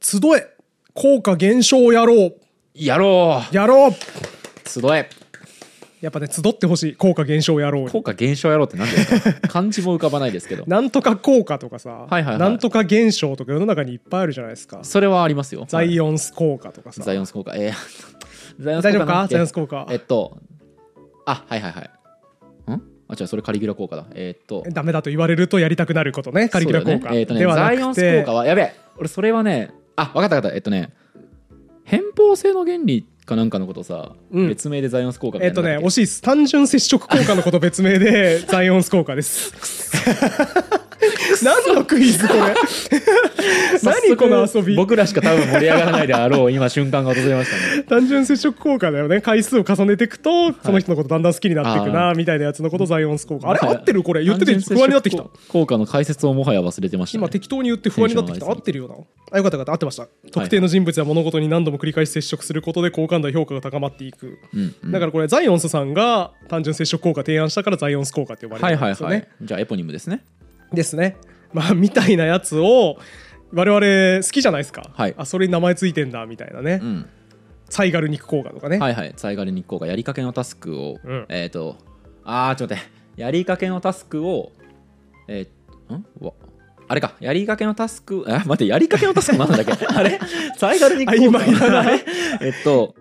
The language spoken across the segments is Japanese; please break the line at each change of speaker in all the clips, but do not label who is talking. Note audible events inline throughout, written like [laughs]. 集え効果減少やろう
やろう
やろう
集え
やっぱね集ってほし [laughs] い効果減少やろう
効果減少やろうってなんだよ漢字も浮かばないですけど
なんとか効果とかさ、
いはいはい
なんとか減少とか世の中にいっぱいあるじゃないですか
[laughs] それはありますよ
ザイオンス効果とかさ
ザイオンス効果えー、 [laughs] ザイオンス
大
効
丈
果
夫か
なんだっけ
ザイオンス効果
えっとあはいはいはいんあ違うそれカリギュラ効果だえーっと
ダメだと言われるとやりたくなることねカリキュラ効
そう
果、
だよねえーっとね
では
ザ
な
イオ
く
ンス
て
効果はやべえ俺それはねあ分かった分かったえっとね偏方性の原理かなんかのことをさ、
うん
別名でザイオンス効果みた
え
い
っと
な
ね
の
惜しいです単純接触効果のこと別名
[laughs]
でザイオンス効果です [laughs] 何のクイズこれ
早
何
速
この遊び
僕らしか多分盛り上がらないであろう今瞬間が訪れましたね
単純接触効果だよね回数を重ねていくとその人のことだんだん好きになっていくなみたいなやつのことザイオンス効果あれ合ってるこれ言ってて不安になってきた
単純接触効果の解説をもはや忘れてました、ね、
今適当に言って不安になってきた
テンション上がりすぎ
合ってるよなあよかったよかった合ってました特定の人物や物事に何度も繰り返し接触することで好感度や評価が高まっていく、
うんうん
だからこれザイオンスさんが単純接触効果提案したからザイオンス効果って呼ば
は
れ
い
てるん
はい
ですよ
は
ね、
いじゃあエポニムですね
ですねまあみたいなやつを我々好きじゃないですか、
はい
あそれに名前ついてんだみたいなね、
うん
サイガル肉効果とかね、
はいはい災害日光がやりかけのタスクを、
うん
えっ、とあーちょっと待ってやりかけのタスクをえーんわあれかやりかけのタスクあ待ってやりかけのタスクなんだっけ
[laughs]
あれ災害日光
曖昧だな
[laughs] えっと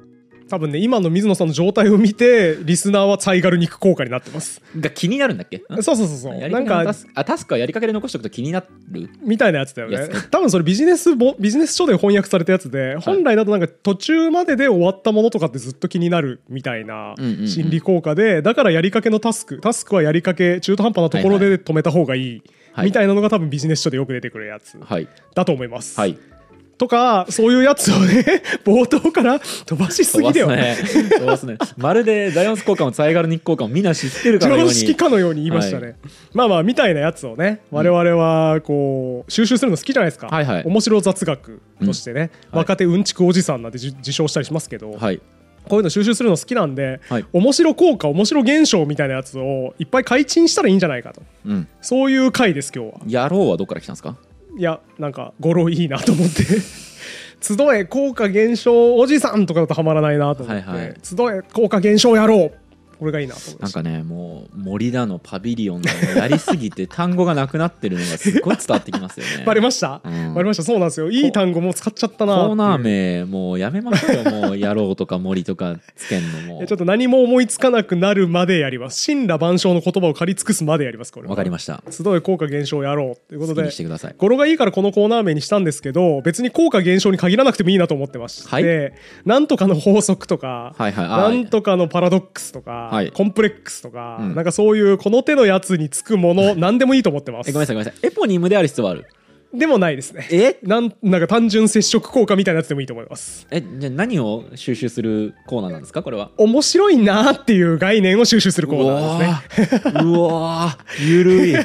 多分ね今の水野さんの状態を見てリスナーはサイガル肉効果になってます
が気になるんだっけん
そうそうそうそう
やり
なん
かけのタ
か
スクあタスクはやりかけで残しておくと気になる
みたいなやつだよね
やつ
多分それビジネスぼビジネス書で翻訳されたやつで、本来だとなんか途中までで終わったものとかってずっと気になるみたいな
うんうんうん
心理効果で、だからやりかけのタスクタスクはやりかけ中途半端なところ
は
で止めた方がいい、
はい
みたいなのが多分ビジネス書でよく出てくるやつ
はい
だと思います、
はい
とかそういうやつをね冒頭から飛ばしすぎだよね
飛ばすね飛ばすねまるでザイオンス効果も災害日光果もみんな知ってるかのよう
常
に
識かのように言いましたね、
は
まあまあみたいなやつをね我々はこう収集するの好きじゃないですか、
はいはい
面白雑学としてね、
はい
若手うんちくおじさんなんて自自称したりしますけど、
はい
こういうの収集するの好きなんで、
はい
面白効果面白現象みたいなやつをいっぱい解禁したらいいんじゃないかと
うん
そういう回です今日は
やろうはどっから来たんですか
いやなんか語呂いいなと思って [laughs] 集え効果減少おじさんとかだとはまらないなと思って、
はいはい
集え効果減少やろうこれがいいなと思い
な
ま
ん
した
かねもう森だのパビリオンだのやりすぎて単語がなくなってるのがすごい伝わってきますよね
バレ [laughs] ました、
うん
バレましたそうなんですよいい単語も使っちゃったなっていう
コーナー名もうやめましょうよもうやろうとか森とかつけんのも
えちょっと何も思いつかなくなるまでやります神羅万象の言葉を借り尽くすまでやりますこれ
わかり
ま
ました
す集え効果減少やろうというこ
好
と
き
で
にしてください
語呂がいいからこのコーナー名にしたんですけど別に効果減少に限らなくてもいいなと思ってまして、
はい
なんとかの法則とか、
はいはいあ
な
ー
んとかのパラドックスとか、
はい
コンプレックスとか、
うん
なんかそういうこの手のやつにつくも
[laughs]
の何でもいいと思ってま
え
す
ごめんなさいごめんなさいエポニムである必要はある
でもないですね
え
なんなんか単純接触効果みたいなやつでもいいと思います
えじゃあ何を収集するコーナーなんですかこれは
面白いなーっていう概念を収集するコーナーですね
うわーうわーゆ
[laughs]
るい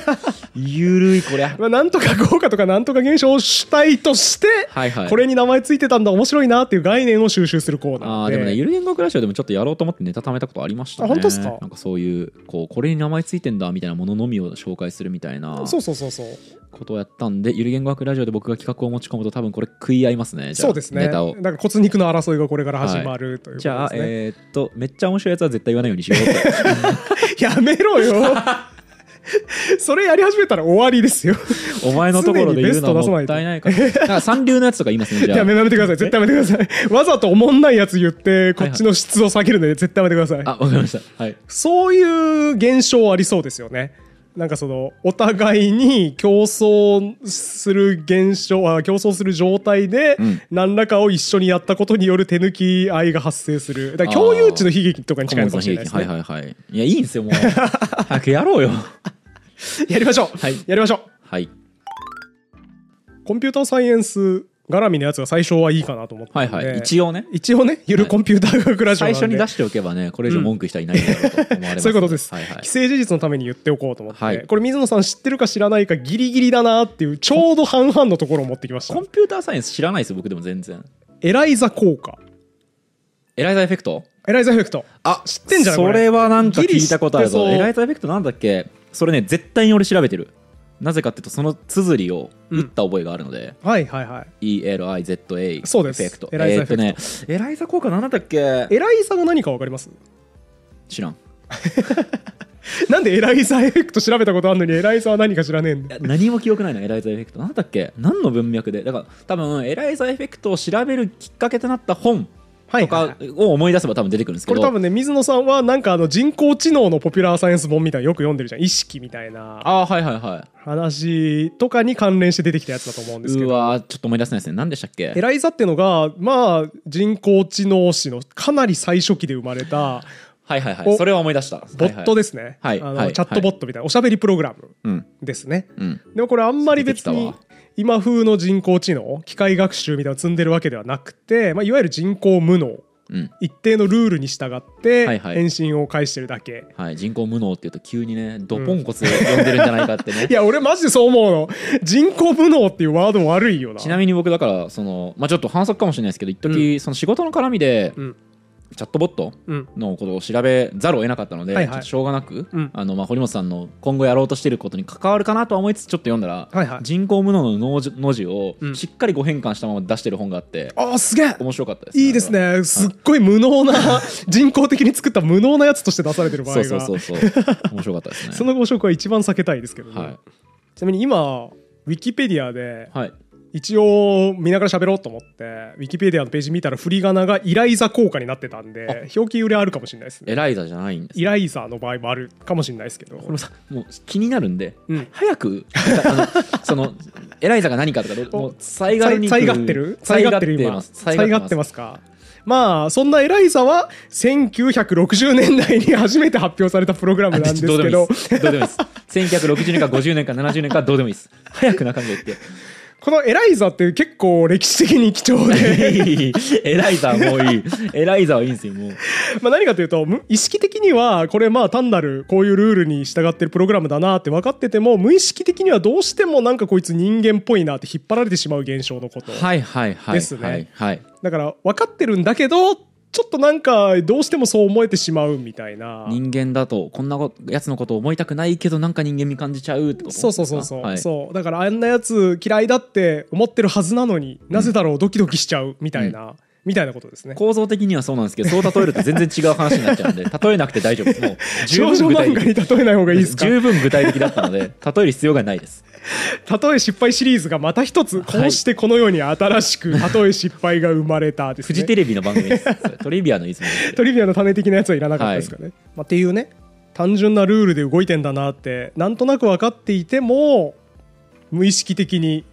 ゆるいこりゃ
まあ、なんとか効果とかなんとか現象を主体として、
はいはい
これに名前ついてたんだ面白いなっていう概念を収集するコー
あ
ナー
ー
で
でもね、ゆる言語クラシオでもちょっとやろうと思ってネタ貯めたことありましたね。
あ本当っすか
なんかそういう、こう、これに名前ついてんだみたいなもののみを紹介するみたいな
そうそうそうそう
ことをやったんで、ゆる言語学ラジオで僕が企画を持ち込むと多分これ食い合いますね。じゃあ
そうですね
ネタを。
なんか骨肉の争いがこれから始まる、ということですね
じゃあ、えーっと、めっちゃ面白いやつは絶対言わないようにしようって。
やめろ
[laughs]
よそれやり始めたら終わりですよ
お前のところで言うのはもったいな
[laughs]
いから。なんか三流のやつとか言いますね、じゃあ。
やめやめてください絶対やめてくださいわざとおもんないやつ言ってこ
はい
っちの質を下げるので絶対やめてください、
あ、わかりました。はい。
そういう現象ありそうですよね。なんかそのお互いに競争する現象あ競争する状態で
うん
何らかを一緒にやったことによる手抜き合いが発生するだから共有地の悲劇とかに近いのかもしれないです
はい
ね、
はいはい。いや、いいんで
[laughs]
すよ、もう。早くやろうよ。
やりましょう、
はい
やりましょ
はい。
うコンピューターサイエンス絡みのやつが最初はいいかなと思って、
はいはい。一
応
応ね。
一応ねゆるコンピューター学ラジオな
最
んで、
初に出しておけばね、これ以上文句したらいないだろうと思われますの
そういうことです、
はいはい
既。成事実のために言っておこうと思って、
はい
これ水野さん知ってるか知らないかギリギリだなっていうちょうど半々のところを持ってきました
コンピューターサイエンス知らないです、僕でも全然。
エライザ効果
エライザエフェクト
エライザエフェクト
あ、
知ってんじゃない
そ
これ
れはなんか聞いたことある
ギリ知って
ぞ。
そう
エライザエフェクトなんだっけそれね、絶対に俺調べてる。なぜかっていうとその綴りを打った覚えがあるので、
はいはいはい
ELIZA
そうです
エフェクト
エライザ
えーっとねエライザ効果何だったっけ
エライザが何か分かります
知らん
なんでエライザエフェクト調べたことあるのにエライザは何か知らねえん
い
だ
や何も記憶ないなエライザエフェクト何だっけ何の文脈でだから多分エライザエフェクトを調べるきっかけとなった本
は
とかを思い出せば多分出てくるんですけ
これ
ど、
多分ね水野さんはなんかあの人工知能のポピュラーサイエンス本みたいなのよく読んでるじゃん意識みたいな
ああはいはいは
話とかに関連して出てきたやつだと思うんで
い
すけ
う
ど
わーちょっと思い出せないですね何でしたっけ
エライザっていうのがまあ人工知能史のかなり最初期で生まれた
はいはいは
お
いそれは思い出した
ボット
で
ですね、
はい
あの
はい
チャットボットみたいなおしゃべりプログラム
うん
ですね
うん
でもこれあんまり別
出て
に
きた
今風の人工知能機械学習みたいなの積んでるわけではなくて、まあ、いわゆる人工無能
うん
一定のルールに従って
はいはい
返信を返してるだけ、い
はい、人工無能っていうと急にねドポンコツを呼んでるんじゃない
[laughs]
かってね、
や俺マジでそう思うの人工無能っていうワード悪いよな
ちなみに僕だからその、まあ、ちょっと反則かもしれないですけど一時、その仕事の絡みで、
うん
チャットボット
うん
のことを調べざるを得なかったので、
はいはい
ちょっとしょうがなく、
うん
あのまあ、堀本さんの今後やろうとしてることに関わるかなとは思いつつちょっと読んだら、
はいはい
人工無能の脳字の字を
うん
しっかりご変換したまま出してる本があって、
あーすげえ
面白かったです、
いいですねすっごい無能な人工的に作った無能なやつとして出されてる
あ
場
れ
合
は
が
そうそうそうそう面白かったですね
そ [laughs] の誤色は一番避けたいですけどね、
はい、
ちなみに今ウィキペディアで
はい、
一応見ながら喋ろうと思ってウィキペディアのページ見たら振り仮名がイライザ効果になってたんで表記揺れあるかもしれないですね
エライザじゃないんです
イライザの場合もあるかもしれないですけど
これもさもう気になるんで、
うん
早くあのそのエライザが何かとかど
[laughs] お
もう災害
災
に
災がってる
災
災
が
がっ
っ
ててる
いま
今
す災が
が
っ
ってて
ま
ますすかまあそんなエライザは1960年代に初めて発表されたプログラムなんですけ
あどうでもい
ど
いですどうでもいいです1960年か50年か70年かどうでもいいです早く中身
[laughs]
を言って
このエライザって結構歴史的に貴重で
エライザはもういいエライザはいいんですよもう
まあ何かというとむ意識的にはこれまあ単なるこういうルールに従ってるプログラムだなって分かってても無意識的にはどうしてもなんかこいつ人間っぽいなって引っ張られてしまう現象のこと、
はいはいはい
ですね
はいはい
だから分かってるんだけどちょっとなんかどうしてもそう思えてしまうみたいな
人間だとこんなことやつのことを思いたくないけどなんか人間に感じちゃうってことです
そ
か
うそうそうそう,、
はい
そうだからあんなやつ嫌いだって思ってるはずなのになぜだろうドキドキしちゃうみたいな、みたいなことですね
構造的にはそうなんですけどそう例えると全然違う話になっちゃうんで例えなくて大丈夫ですもう十
少女
分具体
漫画に
的
例えない方がいいですか例
十分具体的だったので例える必要がな
[laughs]
いです
え失敗シリーズがまた一つこ
はいう
してこのように新し
[laughs]
く例え失敗が生まれたです、ね、
フジテレビの番組ですそれトリビアのいつもです
トリビアの種的なやつはいらなかったですかね、まあ、っていうね単純なルールで動いてんだなってなんとなく分かっていても無意識的に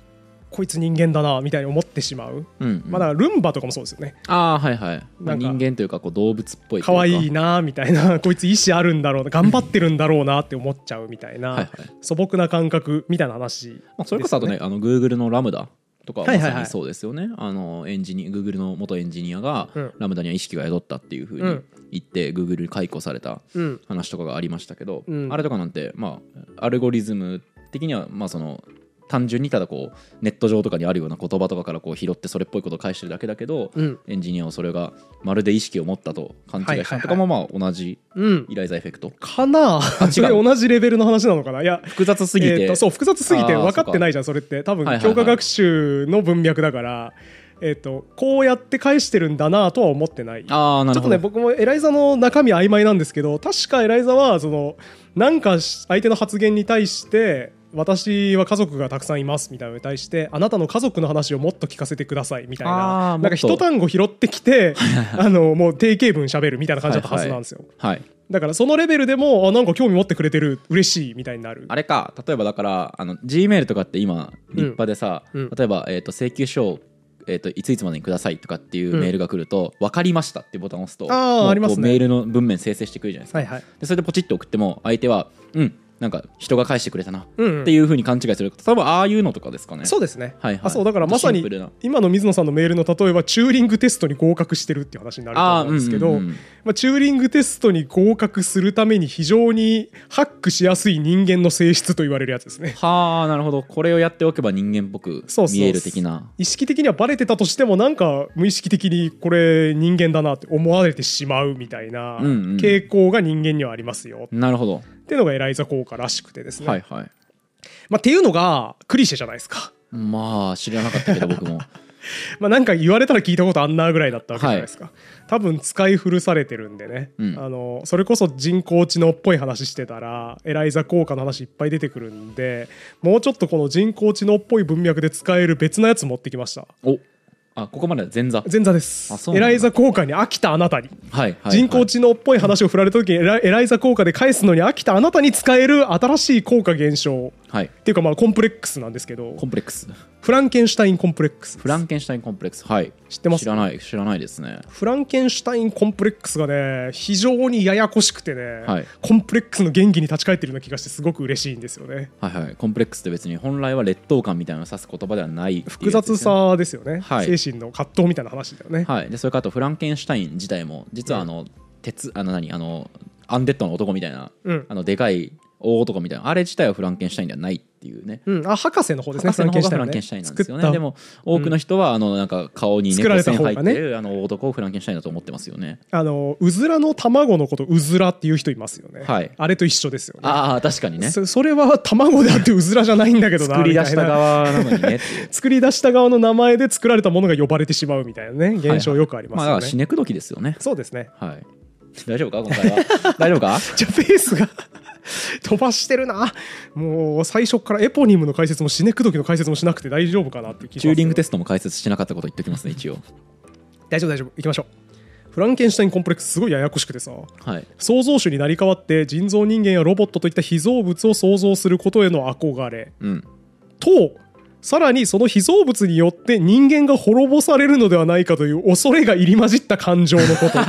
こいつ人間だなみたいに思ってしまう、
うんうん、
まあだからルンバとかもそうですよね
ああはいはい、ま
な
あ
んか
人間というかこう動物っぽいというか
可愛いなみたい
[laughs]
なこいつ意志あるんだろうな頑張ってるんだろうなって思っちゃうみたい
はいはい
な素朴な感覚みたいな話、
まあ、それこそあとねあの Google のラムダとかは
はい
ま
はいはい
さにそうですよね、あのエンジニ Google の元エンジニアが、
うん
ラムダには意識が宿ったっていうふ
う
うんに言って、Google に解雇された
うん
話とかがありましたけど、
うん
あれとかなんてまあアルゴリズム的にはまあその単純にただこうネット上とかにあるような言葉とかからこう拾ってそれっぽいことを返してるだけだけど、
うん
エンジニアをそれがまるで意識を持ったと勘違いしたのとかもまあ同じ
うん
イライザエフェクト
かなあそれ [laughs] 同じレベルの話なのかないや
複雑すぎて、
えーとそう複雑すぎて
あー
分かってないじゃんそれって多
はい
分
はいはい
教科学習の文脈だから、えー、とこうやって返してるんだなとは思ってないちょ
ああな
っ
る
と
ほど
ね僕もエライザの中身曖昧なんですけど確かエライザはそのなんかし相手の発言に対して私は家族がたくさんいますみたいなのに対してあなたの家族の話をもっと聞かせてくださいみたい
あー
なな
もっ
ん
と
か一単語拾ってきてあのもう定型文しゃべるみたいな感じだったはずなんですよ、
はい
だからそのレベルでもあなんか興味持ってくれてる嬉しいみたいになる
あれか例えばだからあの Gmail とかって今立派でさ、
うん
例えば、えー、と請求書を、えー、といついつまでにくださいとかっていうメールが来ると「分かりました」ってボタンを押すと
あー
もうこう
ありますね
メールの文面生成してくるじゃないですか、
はいはい
でそれでポチッと送っても相手は「うんなんか人が返してくれたな」
うんうん
っていうふうに勘違いする多分ああいうのとかですかね
そうですね、
はいはい
あそうだからまさ
シン
に
プルな
今の水野さんのメールの例えばチューリングテストに合格してるっていう話になると
ああ
思うんですけど
うんうんうん
まあ、チューリングテストに合格するために非常にハックしやすい人間の性質と言われるやつですね。
はあなるほどこれをやっておけば人間っぽく
そうそう
[laughs] 見える的な
意識的にはバレてたとしてもなんか無意識的にこれ人間だなって思われてしまうみたいな
うんうん
傾向が人間にはありますよ
なるほど、
っていうのがエライザ効果らしくてですね、
はいはい
まあ、っていうのがクリシェじゃないですか。 [laughs]
まあ知らなかったけど僕も
まあ、なんか言われたら聞いたことあんなぐらいだったわけじゃないですか、多分使い古されてるんでね、
うん
あのそれこそ人工知能っぽい話してたらエライザ効果の話いっぱい出てくるんでもうちょっとこの人工知能っぽい文脈で使える別のやつ持ってきました
おあここまでは前座はい
前座で
あ
す
そう
エ
なんだ
ライザ効果に飽きたあなたに、
はい、はい、
人工知能っぽい話を振られた時にエラエライザ効果で返すのに飽きたあなたに使える新しい効果現象
はい
っていうかまあコンプレックスなんですけど
コンプレックス
フランケンシュタインコンプレックスです
フランケンシュタインコンプレックスはい
知ってます
知らない知らないですね
フランケンシュタインコンプレックスがね非常にややこしくてね、
はい
コンプレックスの原義に立ち返ってるような気がしてすごく嬉しいんですよね
はいはいコンプレックスって別に本来は劣等感みたいなのを指す言葉ではないってい
複
うやつ
雑
ですよね
さですよね、
はい
精神の葛藤みたいな話だよね、
はいでそれからあとフランケンシュタイン自体も実はあの、鉄あの何あのアンデッドの男みたいな、
うん
あのでかい大男みたいなあれ自体はフランケンシュタインではないっていうね
うん、あ博士の方ですね
博士の方がフラン
は
ケンシュタインなんですよ
作
ね。
った
でも多くの人はあのなんか顔に
作ら
猫
れた
線
方が
入
ね
ってるあの男をフランケンシュタインだと思ってますよね。
あのうずらの卵のことうずらっていう人いますよね、
はい
あれと一緒ですよね
ああ確かにね。
そそれは卵であってうずらじゃないんだけどな
作り出
み
した
いな
た側なのにねっていう。
作り出した側の名前で作られたものが呼ばれてしまうみたいなね現象よくあります
まあ
よね、
だから死ねく時ですよね。
そうですね
はい。大丈夫か今回は。 [laughs] 大丈夫か。
じゃペースが [laughs] 飛ばしてるなもう最初からエポニムの解説もシネクドキの解説もしなくて大丈夫かなっていう気が
チューリングテストも解説してなかったこと言っておきますね一応。
大丈夫大丈夫行きましょうフランケンシュタインコンプレックスすごいややこしくてさ
はい。
創造主になり変わって人造人間やロボットといった被造物を創造することへの憧れ
うん。
とさらにその被造物によって人間が滅ぼされるのではないかという恐れが入り混じった感情のこと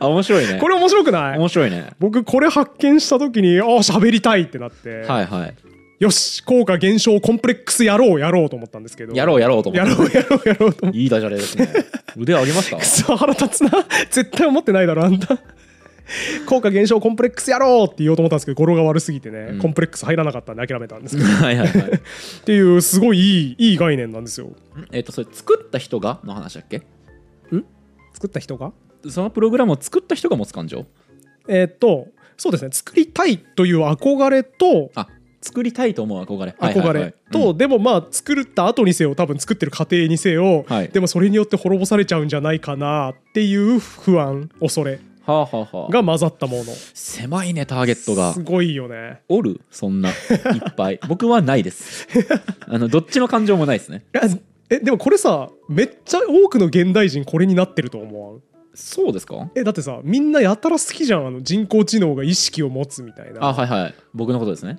あ面白いね。
これ面白くない
面白いね。
僕これ発見した時にああ喋りたいってなって、
はいはい。
よし効果減少コンプレックスやろうやろうと思ったんですけど
やろうやろうと思
や
って。
ろうやろうやろうと思って
いいダジャレですね。腕上げま
[laughs]
した
く。そ腹立つな絶対思ってないだろあんた [laughs] 効果減少コンプレックスやろうって言おうと思ったんですけど語呂が悪すぎてね、
うん
コンプレックス入らなかったんで諦めたんですけど
はいはいはい。
っていうすごいいいいい概念なんですよ
えっとそれ作った人がの話だっけ？
作った人が
そのプログラムを作った人が持つ感情。
えーっとそうですね作りたいという憧れと
あ作りたいと思う憧れ。はい
憧
はいは
れ
い
と、でもまあ作った後にせよ多分作ってる過程にせよ、
はい
でもそれによって滅ぼされちゃうんじゃないかなっていう不安恐れ
うんはあはあはあ。
が混ざったもの
狭いねターゲットが
す。ごいよね
おるそんないっぱい。僕はな
[laughs]
いです。あのどっちの感情もないですね。
えでもこれさめっちゃ多くの現代人これになってると思う
そうですか？
えだってさみんなやたら好きじゃんあの人工知能が意識を持つみたいな
あはいはい。僕のことですね。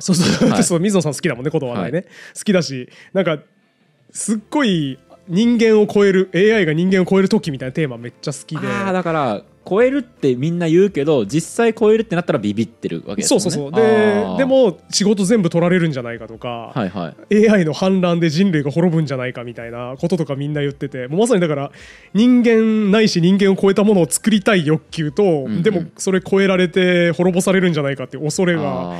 そう [laughs] そう、
はい
そう水野さん好きだもんね言葉ないね、好きだしなんかすっごい人間を超える AI が人間を超える時みたいなテーマめっちゃ好きで
ああだから超えるってみんな言うけど実際超えるってなったらビビってるわけです
そ
よ
う
ね。
そうそう
あ
で
ー
で。も仕事全部取られるんじゃないかとか、
はいはい。
AI の反乱で人類が滅ぶんじゃないかみたいなこととかみんな言っててもうまさにだから人間ないし人間を超えたものを作りたい欲求と、
うん
でもそれ超えられて滅ぼされるんじゃないかっていう恐れ
あ
が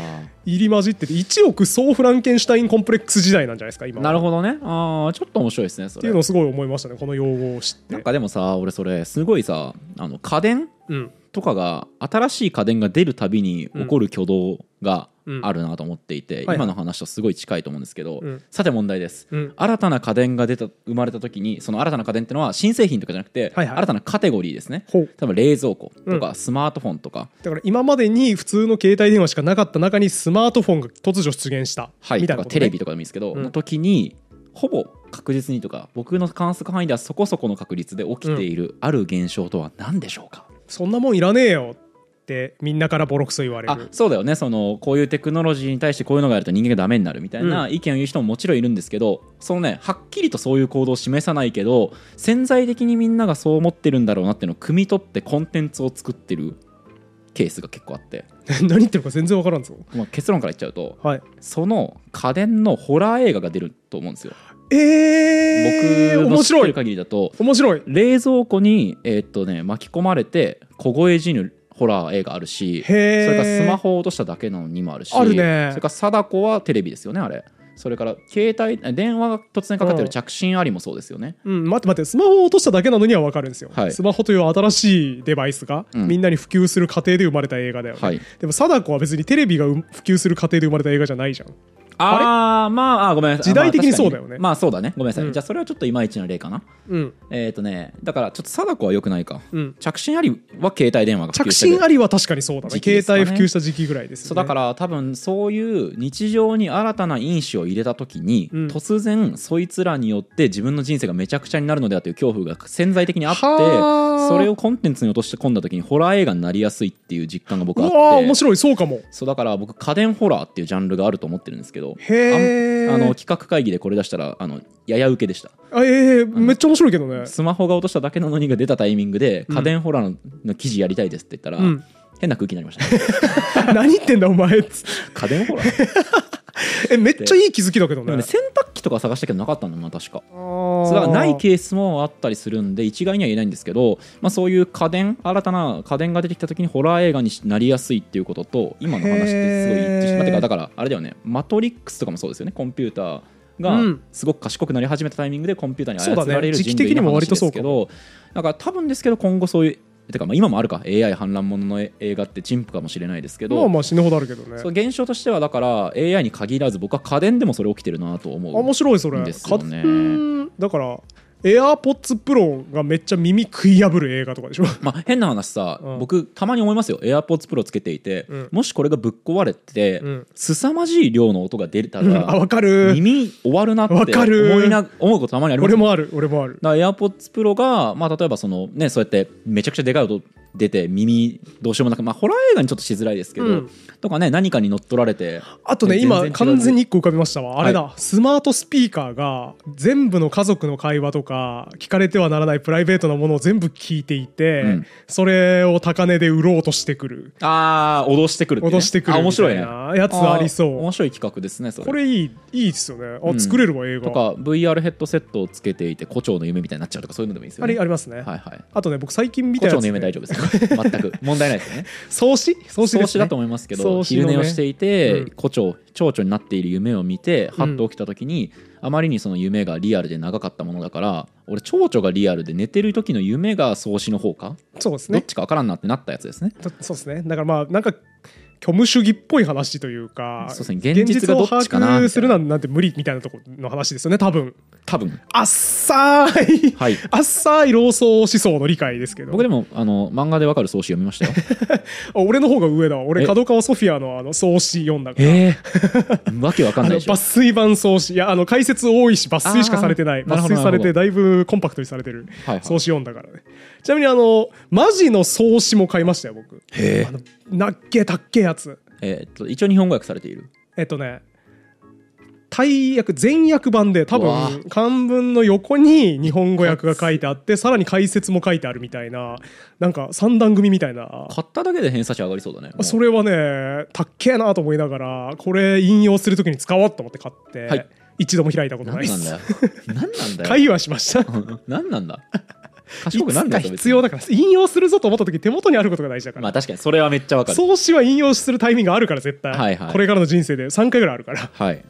入り混じってて1億総フランケンシュタインコンプレックス時代なんじゃないですか
ー
今
なる
っ
ほどね。ああちょっと面白いですねそ
ていう
れ
の。をすごい思いましたねこの用語を知って
なんかでもさ俺それすごいさあの家電
うん
とかが新しい家電が出るたびに起こる挙動があるなと思っていて、
うんはい
今の話とすごい近いと思うんですけど、
うん
さて問題です、
うん
新たな家電が出た生まれた時にその新たな家電ってのは新製品とかじゃなくて、
はいはい
新たなカテゴリーですね
ほう
多分冷蔵庫とかスマートフォンとか、
だから今までに普通の携帯電話しかなかった中にスマートフォンが突如出現した
はい
みたい
と
なこ
か
とね
テレビとかでもいいですけど、
うん
の時にほぼ確実にとか僕の観測範囲ではそこそこの確率で起きているある現象とは何でしょうか、
そんなもんいらねえよってみんなからボロクソ言われ
あ
る
そうだよねそのこういうテクノロジーに対してこういうのがあると人間がダメになるみたいな意見を言う人ももちろんいるんですけど、そのねはっきりとそういう行動を示さないけど潜在的にみんながそう思ってるんだろうなっていうのを汲み取ってコンテンツを作ってるケースが結構あって、
[laughs] 何言ってるか全然わからんぞ
まあ、結論から言っちゃうと
はい
その家電のホラー映画が出ると思うんですよ。
えー、
僕
面
の知って
白
る
い
限りだと
面白い
冷蔵庫に、えーっとね、巻き込まれて凍え死ぬホラー映画ある
へ
し
ー
それからスマホを落としただけなのにもあるし
あるね
それから貞子はテレビですよねあれそれから携帯あ電話が突然かかって
うん
る着信ありもそうですよね
うん、待って待ってスマホを落としただけなのには分かるんですよ、
はい
スマホという新しいデバイスが、
うん
みんなに普及する過程で生まれた映画だよね、
はい
でも貞子は別にテレビがう普及する過程で生まれた映画じゃないじゃん
ああまああごめんなさい
時代的に
まあ確か
そうだよね
まあそうだねごめんなさい、
うん
じゃあそれはちょっといまいちの例かな
うん
えっ、とねだからちょっと貞子は良くないか
うん
着信ありは携帯電話が普及
着
してる
信ありは確かにそうだね
時期
携
ですかね
帯普及した時期ぐらいですよ、ね、
そうだから多分そういう日常に新たな因子を入れた時に、
うん
突然そいつらによって自分の人生がめちゃくちゃになるのではという恐怖が潜在的にあって
はあ
それをコンテンツに落として込んだ時にホラー映画になりやすいっていう実感が僕
う
あっ
わー面
て
白いそうかも
そうだから僕家電ホラーっていうジャンルがあると思ってるんですけど
へえ
あの企画会議でこれ出したらあのやや受けでした
あええめっちゃ面白いけどね [laughs]
スマホが落としただけなのにが出たタイミングで
うん
家電ホラーの,、記事やりたいですって言ったら、
うん
変な空気になりまし
[laughs]
た、ね、
何言ってんだお前つ
家電ホラー
えめっちゃいい気づきだけど
で
ね
もね洗濯機とか探したけどなかったんだよな確か
あー
そうだからないケースもあったりするんで一概には言えないんですけど、まあ、そういう家電新たな家電が出てきた時にホラー映画になりやすいっていうことと今の話ってすごい一致して
へー
まあてかだからあれだよね「マトリックス」とかもそうですよねコンピューター
う
が
ん
すごく賢くなり始めたタイミングでコンピューターに操
そうだね
られる
時期
人
的
類
に
の
も
話
割と
で
そう
す
か
け
も
どだから多分ですけど今後そういうてかまあ今もあるか AI 反乱者の映画って陳腐かもしれないですけど、
まあまあ死ぬほどあるけどね
そう現象としてはだから AI に限らず僕は家電でもそれ起きてるなと思う
あ面白いそれ
ですよね
かうーんだから AirPods Pro がめっちゃ耳食い破る映画とかでしょ
まあ、変な話さ、
うん
僕たまに思いますよ AirPods Pro つけていて、
うん
もしこれがぶっ壊れて、
うん
凄まじい量の音が出
[laughs]
た
うんあ
ら、
わかる
耳終わるなって
わかる
思いな思うことたまにありま
俺
すよ
もある俺もある
だから AirPods Pro が、まあ、例えばその、ね、そうやってめちゃくちゃでかい音出て耳どうしようもなく、まあ、ホラー映画にちょっとしづらいですけど、
うん
とかね何かに乗っ取られて
あとね
全然違
今
う
完全に1個浮かびましたわあれだ、スマートスピーカーが全部の家族の会話とか聞かれてはならないプライベートなものを全部聞いていて、
うん
それを高値で売ろうとしてくる
あー脅してくるってね、
脅してくる
あ面
みた
白い
い
ね
なやつありそう
ー面白い企画ですねそれ
これいいいいですよねあ、
うん
作れるわ映画
とか VR ヘッドセットをつけていて胡蝶の夢みたいになっちゃうとかそういうのでもいいですよ
あ
ね
れありますね、
はいはい
あとね僕最近見たや
胡蝶
つ、
の
[laughs]
夢大丈夫ですか全く問題ないですよね
創始創始
創
です
始
ね
だと思いますけど
創始の
昼
ね
寝をしていて、
うん
胡蝶蝶々になっている夢を見て
う
ハ
ん
ッと起きた時に、あまりにその夢がリアルで長かったものだから俺蝶々がリアルで寝てる時の夢が創始の方か、
そうです
ど
ね
っちかわからんなってなったやつですね
とそうですねだからまあなんか虚無主義っぽい話というか
そうですね現実がどっち
現実を
かな
把握するなんなんて無理みたいなとこの話ですよね多
[laughs]
分
多分
あっさーい
はい
あっさい老僧思想の理解ですけど
僕でもあの漫画でわかる創始読み
[laughs]
ましたよ
あ俺の方が上だわ俺
え
角川ソフィアのあの創始読んだから、
えー、わけわかん
あ
な
の
いでしょ
抜粋版創始いやあの解説多いし抜粋しかされてない
あーなる
抜
ほど
粋され
な
て
るほ
だいぶコンパクトにされてる、
はいはい
創始読んだからねちなみにあのマジの創始も買いましたよ僕
へ
あのなっけたっけやつ
えーっと一応日本語訳されている
えっとね大訳全訳版で多
うわ
分漢文の横に日本語訳が書いてあってさらに解説も書いてあるみたいななんか三段組みたいな
買っただけで偏差値上がりそうだねもう
それはねたっけえなと思いながらこれ引用するときに使おうと思って買って、
はい
一度も開いたことない
何
で
なんだ
す
よ
[laughs]
何なんだよ
会話しま
[laughs]
した
何なんだ
い
賢くな
つ
んだ
か
よ別に
必要だから引用するぞと思ったとき手元にあることが大事だから、
まあ確かにそれはめっちゃわかる
創始は引用するタイミングがあるから絶対、
はいはい
これからの人生で3回ぐらいあるから
はい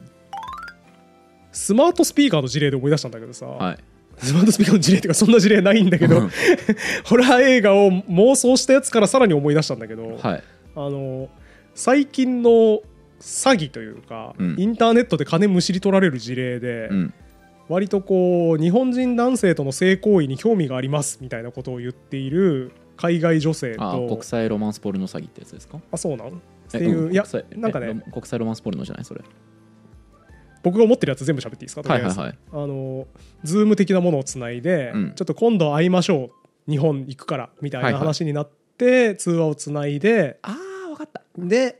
スマートスピーカーの事例で思い出したんだけどさ、
はい
スマートスピーカーの事例っていうかそんな事例ないんだけ
う
ど
ん
[laughs] ホラー映画を妄想したやつからさらに思い出したんだけど、
はい
あの最近の詐欺というか、
うん
インターネットで金むしり取られる事例で、
うん
割とこう日本人男性との性行為に興味がありますみたいなことを言っている海外女性
ああ
と
国際ロマンスポルノ詐欺ってやつですか
あそうなんって
え
いう、
うん
いや
国際
なんか
え
ね
ロ国際ロマンスポルノじゃないそれ
僕が思ってるやつ全部喋っていいですかとりあ
はい
えず
はいはい
あのズーム的なものをつないで、
うん
ちょっと今度会いましょう日本行くからみたい
はい
な
はい
話になって、通話をつないで
ああわかった
で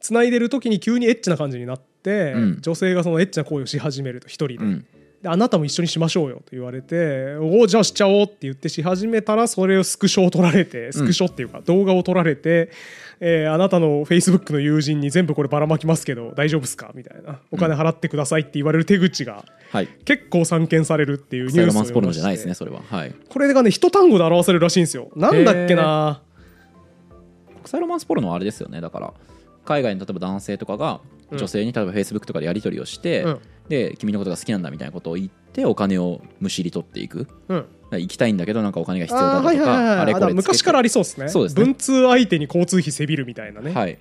つないでる時に急にエッチな感じになって、
うん
女性がそのエッチな行為をし始めると一人で,、
うん
であなたも一緒にしましょうよと言われておおじゃあしちゃおうって言ってし始めたらそれをスクショを取られてスクショっていうか動画を撮られて、えーあなたのフェイスブックの友人に全部こればらまきますけど大丈夫っすかみたいなお金払ってくださいって言われる手口が。
はい
結構散見されるっていうニュ
国際
ー
ロ
ス
マ
を
ンスポ
読み
ルノ
ま
じ
し
ゃ
て
ないですねそれははい
これがね一単語で表されるらしいんですよなんだっけな
国際ロマンスポルノはあれですよねだから海外の例えば男性とかが
うん
女性に例えばフェイスブックとかでやり取りをして、
うん
で君のことが好きなんだみたいなことを言ってお金をむしり取っていくだか
うん、
ら行きたいんだけどなんかお金が必要だ
あー
とか
はいはいはい
あ
はい
れ
あだ
こ
か
れ
ら
つけて
昔からありそうですね
そうですね
文通相手に交通費せびるみたいなね、
はい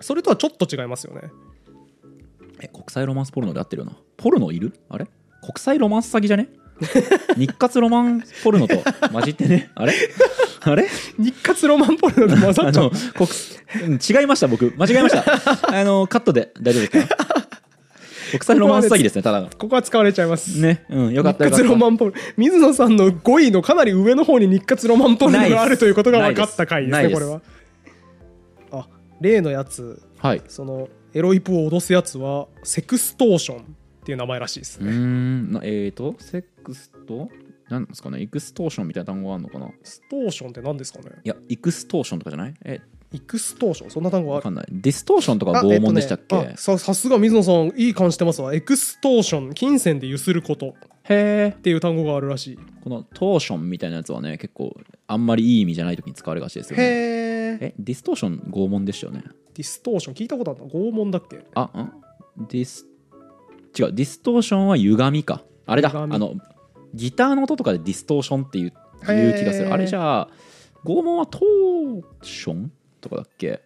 それとはちょっと違いますよね
え国際ロマンスポルノで合ってるよなポルノいるあれ国際ロマンス詐欺じゃね [laughs] 日活ロマンポルノと混じってねあれ [laughs] あれ
日活ロマンポルノと混ざ
あ
っちゃ
の
う
国うん違いました僕間違えました
[laughs]
あのカットで大丈夫ですか国際ロマンス詐欺ですねただの
ここは使われちゃいます
ねうんよかっ
日
たよか
活
った
ロマンポルノ水野さんの5位のかなり上の方に日活ロマンポルノ
ないです
があるということが分かった回です
ない
ね
です
これはあ例のやつ
はい
そのエロイプを脅すやつはセクストーションっていう名前らしいです
うー
ね、
んなえーとセックスとなんですかねエクストーションみたいな単語があるのかない
ストーションって何ですかね
やエクストーションとかじゃないえ
エクストーションそんな単語
わ
ある
かんないディストーションとかは
あ
拷問でしたっけ、
えとねあささすが水野さんいい感じしてますわエクストーション金銭でゆすることっ
へえ
ていう単語があるらしい
このトーションみたいなやつはね結構あんまりいい意味じゃない時に使われがちですよね
へえデ
えディストーション拷問でしたよね
ィストーション聞いたことあるの拷問だっけ
あんディス違うディストーションは歪みかあれだあ
歪み
のギターの音とかでディストーションっていう
へ
言
ー
う気がするあれじゃあ拷問はトーションとかだっけ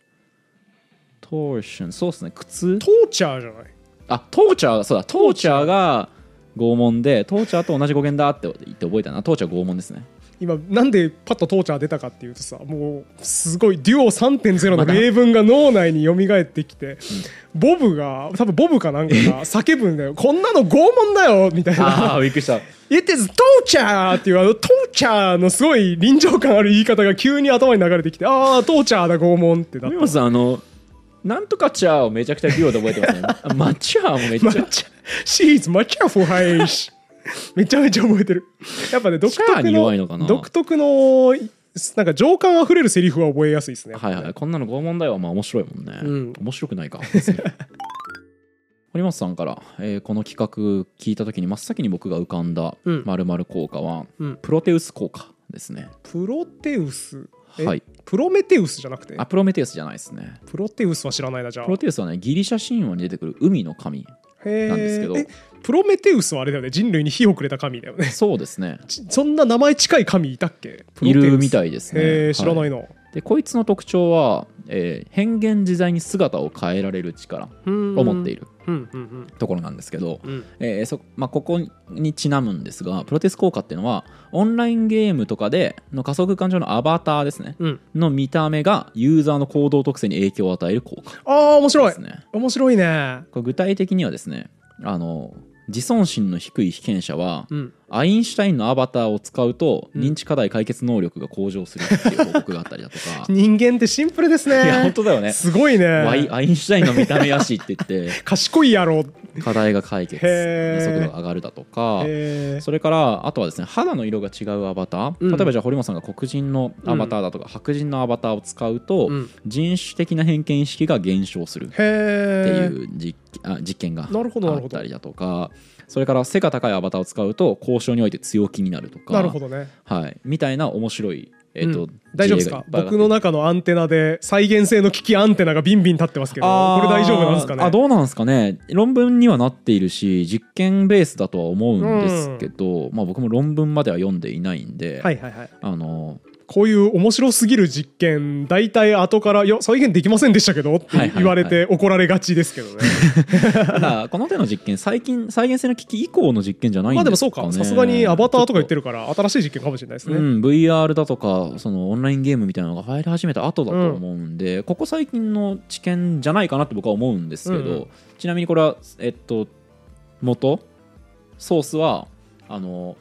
トーションそうですね苦痛
トーチャーじゃない
あトーチャーそうだトーチャーが拷問でトーチャーと同じ語源だって言って覚えたなトーチャー拷問です
[laughs]
ね
今なんでパッとトーチャー出たかっていうとさもうすごいデュオ3.0の例文が脳内に蘇ってきて、ボブが多分ボブかなんかが
[laughs]
叫ぶんだよこんなの拷問だよみたい
あ
な
あびっくりした
「It is トーチャー!」っていうあのトーチャーのすごい臨場感ある言い方が急に頭に流れてきて「ああトーチャーだ拷問」ってなっ
森
て
本さんあのなんとかチャーをめちゃくちゃビオで覚えてますね
[laughs]
あマチャーもめっちゃ
抹茶シーズ抹茶ファイシめちゃめちゃ覚えてるやっぱね独
チャー
特
に弱い
の
のかな
独特のなんか情感あふれるセリフは覚えやすいですね
はいはい、こんなの拷問だよ。まあ面白いもんね。
うん
面白くないか。
[laughs]
別に堀本さんから、えーこの企画聞いた時に真っ先に僕が浮かんだ
うん
〇〇効果は、
うん
プロテウス効果ですね。
プロテウスえ
はい。
プロメテウスじゃなくて
あ、プロメテウスじゃないですね。
プロテウスは知らないなじゃあ
プロテウスはね、ギリシャ神話に出てくる海の神。
へー
なんですけど
えプロメテウスはあれだよね人類に火をくれた神だよね
そうですね。
ちそんな名前近い神いたっけ [laughs] プロ
い
テウス
るみたいですね。
へー知らな
はいい
な、
で、こいつの特徴は、えー変幻自在に姿を変えられる力を持ってい
る
る
うんうん
ところなんですけど、
うんうん
えーそまあ、ここにちなむんですがプロテス効果っていうのはオンラインゲームとかでの仮想空間上のアバターですね
うん
の見た目がユーザーの行動特性に影響を与える効果
ああ面白
で
い
すね
面白いね
これ具体的にはですねあの自尊心の低い被験者は、
うん
アインシュタインのアバターを使うと
うん
認知課題解決能力が向上するっていう報告があったりだと
[laughs]
か
人間ってシンプルですね
いや本当だよね
すごいね
ワイアインシュタインの見た目やしって言
[laughs]
っ
賢いやろ
て課題が解決
へー
速度が上がるだとか
へー
それからあとはですね肌の色が違うアバター、
うん
例えばじゃあ堀本さんが黒人のアバターだとか、白人のアバターを使うと、
うん
人種的な偏見意識が減少するっ
へ
てい
え
う実あ実験が
なるほど
あ
なる
っ
ほど
たりだとかそれから背が高いアバターを使うと交渉において強気になるとか
なるほどね
はい、みたいな面白い、えーと
うん大丈夫です
事
か
例がいっぱい上がって
僕の中のアンテナで再現性の機器アンテナがビンビン立ってますけど
あー
これ大丈夫なんですかね
あどうなんですかね論文にはなっているし実験ベースだとは思うんですけど、まあ、僕も論文までは読んでいないんで、
はいはいはい
あの
こういう面白すぎる実験大体後から「いや再現できませんでしたけど」って
はいはいはい
言われて怒られがちですけどね
[laughs] ただこの手の実験最近再現性の危機以降の実験じゃないんですか、ね、
まあでもそうかさすがにアバターとか言って
る
るから新しい実験かもしれないです
う
ね
ん、VR だとかそのオンラインゲームみたいなのが流行り始めた後だと思うんで、ここ最近の知見じゃないかなって僕は思うんですけど、
うんうん
ちなみにこれはえっと元ソースはあの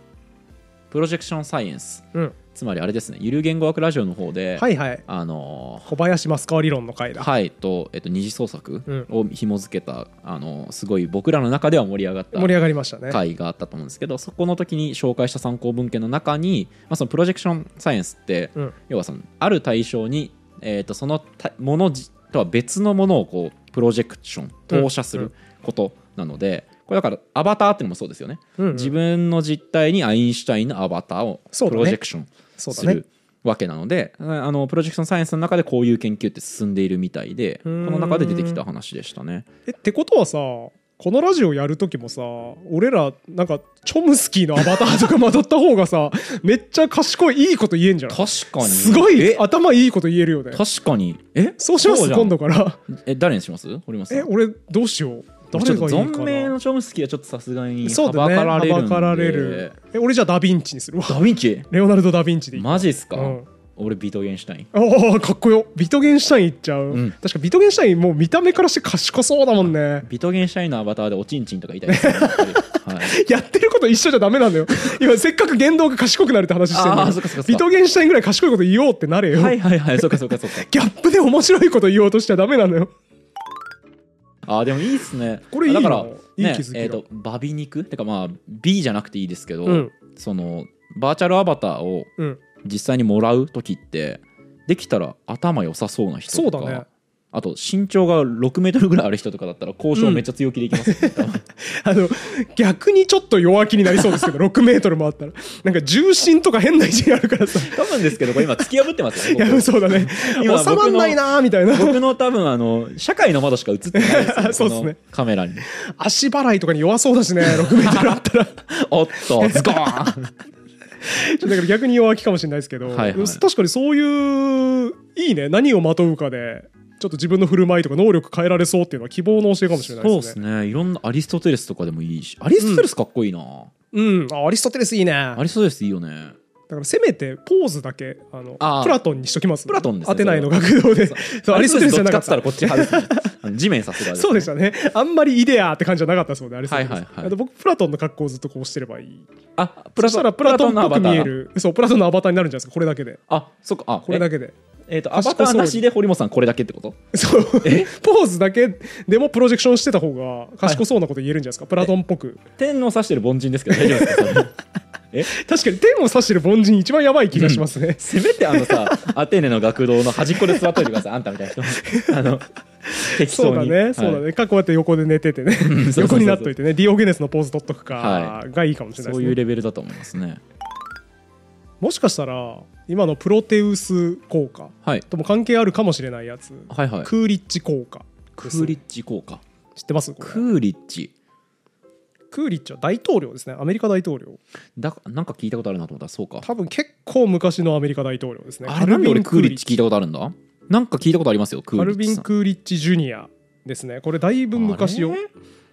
プロジェクションサイエンス
うん
つまりあれですねゆる言語学ラジオの方で、
はいはい
あの
小林益川理論の回だ
はいと、えっと、二次創作
うん
を紐付けた、あのすごい僕らの中では盛り上がった
盛り上がりましたね
回があったと思うんですけどそこの時に紹介した参考文献の中に、まあ、そのプロジェクションサイエンスって、
うん
要はそのある対象に、えー、とそのたものじとは別のものをこうプロジェクション投射す
うんう
ることなので、これだからアバターっていうのもそうですよね、
うんうん
自分の実体にアインシュタインのアバターを
そう
プ
だね
ロジェクション
そう
す
だね
るわけなのであのプロジェクションサイエンスの中でこういう研究って進んでいるみたいでこ
うーん
の中で出てきた話でしたね。
えってことはさこのラジオやる時もさ俺らなんかチョムスキーのアバターとか混ざった方がさめっちゃ賢いいいこと言えんじゃん
確かに
すごい
え
頭いいこと言えるよね
確かにえ
そうします
じゃん
今度から
え誰にします堀本さん
え俺どうしよう誰
ちょっと
がいいかな
存命のチョムスキーはちょっとさすがに
そう
は
だ
ば
ね
かられるんで
はばかられるえ俺じゃあダ・ヴィンチにするわ
ダヴィンチ
レオナルド・ダ・ヴィンチでいい、
マジっすか、
うん、
俺ビートゲンシュタイン
おおかっこよビトゲンシュタインいっちゃう、
うん
確かビトゲンシュタインもう見た目からして賢そうだもんね [laughs]
ビートゲンシュタインのアバターでおちんちんとか言いたいですね、やっぱりはい、
やってること一緒じゃダメ
[laughs]
なんだよ今せっかく言動が賢くなるって話してる
あ
の
あ
に
そっかそっかそ
ビ
っか
トゲンシュタインぐらい賢いこと言おうってなれよ、
はいはいはいそっかそっかそっか
ギャップで面白いこと言おうとしちゃダメなのよ
あーでもいいっすね
これいいな
だから
いい気づきだ
ねえーとバビ肉てかまあ B じゃなくていいですけど、
うん
そのバーチャルアバターを
うん
実際にもらう時ってできたら頭良さそうな人
そう
とか
だね
あと身長が6メートルぐらいある人とかだったら交渉めっちゃ強気でいきますよね、多分
あの逆にちょっと弱気になりそうですけ
[laughs]
ど6メートルもあったらなんか重心とか変な位置にあるからさ
[laughs] 多分ですけどこれ今突き破ってます [laughs]
い
よ、ね、
やそうだね
今
収まんないなーみたいな
僕僕の多分あの社会の窓しか映ってないです [laughs] よ
そうっすね
このカメラに
足払いとかに弱そうだしね6メートルあったらちょ
[laughs] おっとズコ [laughs] ーン
っとだから逆に弱気かもしれないですけど、
はいはい
確かにそういういいね何をまとうかでちょっと自分の振る舞いとか能力変えられそうっていうのは希望の教えかもしれない
そう
で
ですす
ね
ねいろんなアリストテレスとかでもいいしアリストテレスかっこいいな、
うんあアリストテレスいいねだ
ア
か
リストテレスいいよね
らせめてポーズだけあの
あー
プラトンにしときます
プラトンですね
当てないの学童で
そう
そうアリストテレスじ
ど
ゃなか
っちか
っ
っつった
た
らこっち派ですねあの地面さすが
そうでしたたねあんまりイデアって感じじゃなかったそうでアリストテレス、
はいはいはい
あと僕プラトンの格好をずっとこうしてればいい
あ
そ
プラ
した
ト
ら
ン
プラトンっ
のア
ぽく
バタ
見
ー
えるそうプラトンのアバターになるんじゃないですかこれだけで
あそっかあ
これだけで
ええーとアバターなしで堀本さんこれだけってこと
そうポーズだけでもプロジェクションしてた方が賢そうなこと言えるんじゃないですか、プラトンっぽく
天を指してる凡人ですけど大丈夫ですかそれ
確かに天を指してる凡人一番やばい気がしますね、
せめてあのさアテネの学童の端っこで座っといてくださいあんたみたいな人あの適
[laughs] そう
当
だ
に
ね、そうだ
はい
ねかこうやって横で寝ててね
そうそうそう
横になっといてねディオゲネスのポーズ取っとくか
は
がいいかもしれないです
そう
ね、
いうレベルだと思いますね
もしかしたら今のプロテウス効果
はい
とも関係あるかもしれないやつ、
はいはい
クーリッチ効果
ク
ですね
ーリッチ効果
知ってますこれ
クーリッチ
クーリッチは大統領ですねアメリカ大統領
だなんか聞いたことあるなと思ったらそうか
多分結構昔のアメリカ大統領ですね
あれなんで俺クーリッチ聞いたことあるんだなんか聞いたことありますよクー
カ
リ
ル
ッチ
ビ
さん
ン・クーリッチ・ジュニアですねこれだいぶ昔よ
あれ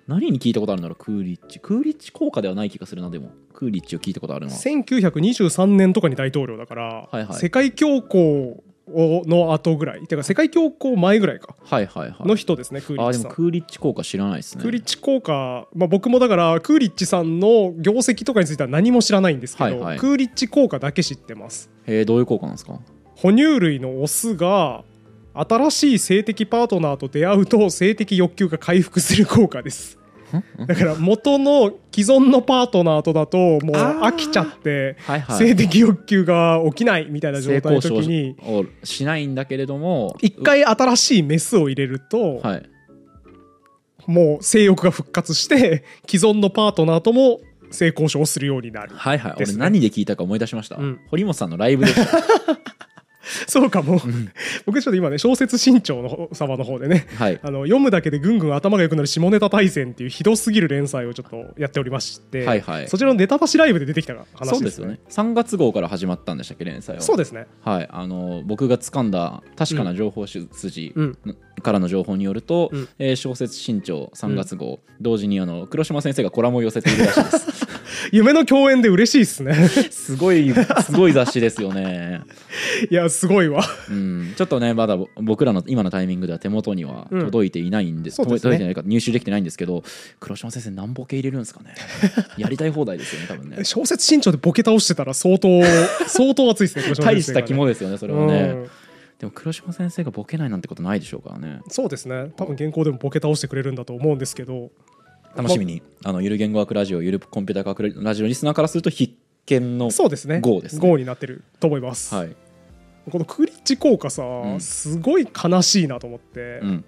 何に聞いたことあるんだろうクーリッチクーリッチ効果ではない気がするなでもクーリッチを聞いたことあるな
1923年とかに大統領だから、
はいはい
世界恐慌をの後ぐらいてか世界恐慌前ぐらいか
はいはいはい
の人ですね、クーリ
あ
ッ
ー
チ
で
さ
も
ん
クーリッチ効果知らないですね
クーリッチ効果、まあ、僕もだからクーリッチさんの業績とかについては何も知らないんですけど、
はいはい
クーリッチ効果だけ知ってます
えーどういう効果なんですか
哺乳類のオスが新しい性的パートナーと出会うと性的欲求が回復する効果ですだから元の既存のパートナーとだともう
あー
飽きちゃって
はいはい
性的欲求が起きないみたいな状態の時に
をしないんだけれども
一回新しいメスを入れると
はい
もう性欲が復活して既存のパートナーとも性交渉をするようになる
はいはい、
ですね
俺何で聞いたか思い出しました、
うん
堀本さんのライブ
[laughs]
でした
そうかも僕ちょっと今ね小説新潮の方様の方でね
はい
あの読むだけでぐんぐん頭が良くなる下ネタ大全っていうひどすぎる連載をちょっとやっておりまして、
はいはい
そちらのネタ出しライブで出てきた
そ
話
う
で
ですす
ね
よ。ね3月号から始まったんでしたっけ連載は
そうですね。
はい、あの僕が掴んだ確かな情報筋
うん
からの情報によると、
うん
えー小説「新潮」3月号、同時にあの黒島先生がコラムを寄せているらし
[laughs]
いです
夢の共演で嬉しいで
[laughs]
すね。
すごいすごい雑誌ですよね、
いや、すごいわ。
うん、ちょっとねまだぼ僕らの今のタイミングでは手元には
うん
届いていないんです、
そうですね
届いてないか入手できてないんですけど黒島先生何ボケ入れるんです
[laughs]
かねやりたい放題ですよね多分ね
小説新潮でボケ倒してたら相
[laughs]
当、相当熱いですね、黒島
大
先
し
生が
た
ね
肝ですよねそれはね、
うん
でも黒島先生がボケないなんてことないでしょうからね
そうですね。多分原稿でもボケ倒してくれるんだと思うんですけど、
楽しみに、あのゆる言語学ラジオゆるコンピューター学ラジオリスナーからすると必見の
そうですね。
号ですね
号になってると思います。
はい、
このクーリッチ効果さ、
ん
すごい悲しいなと思って。
うん、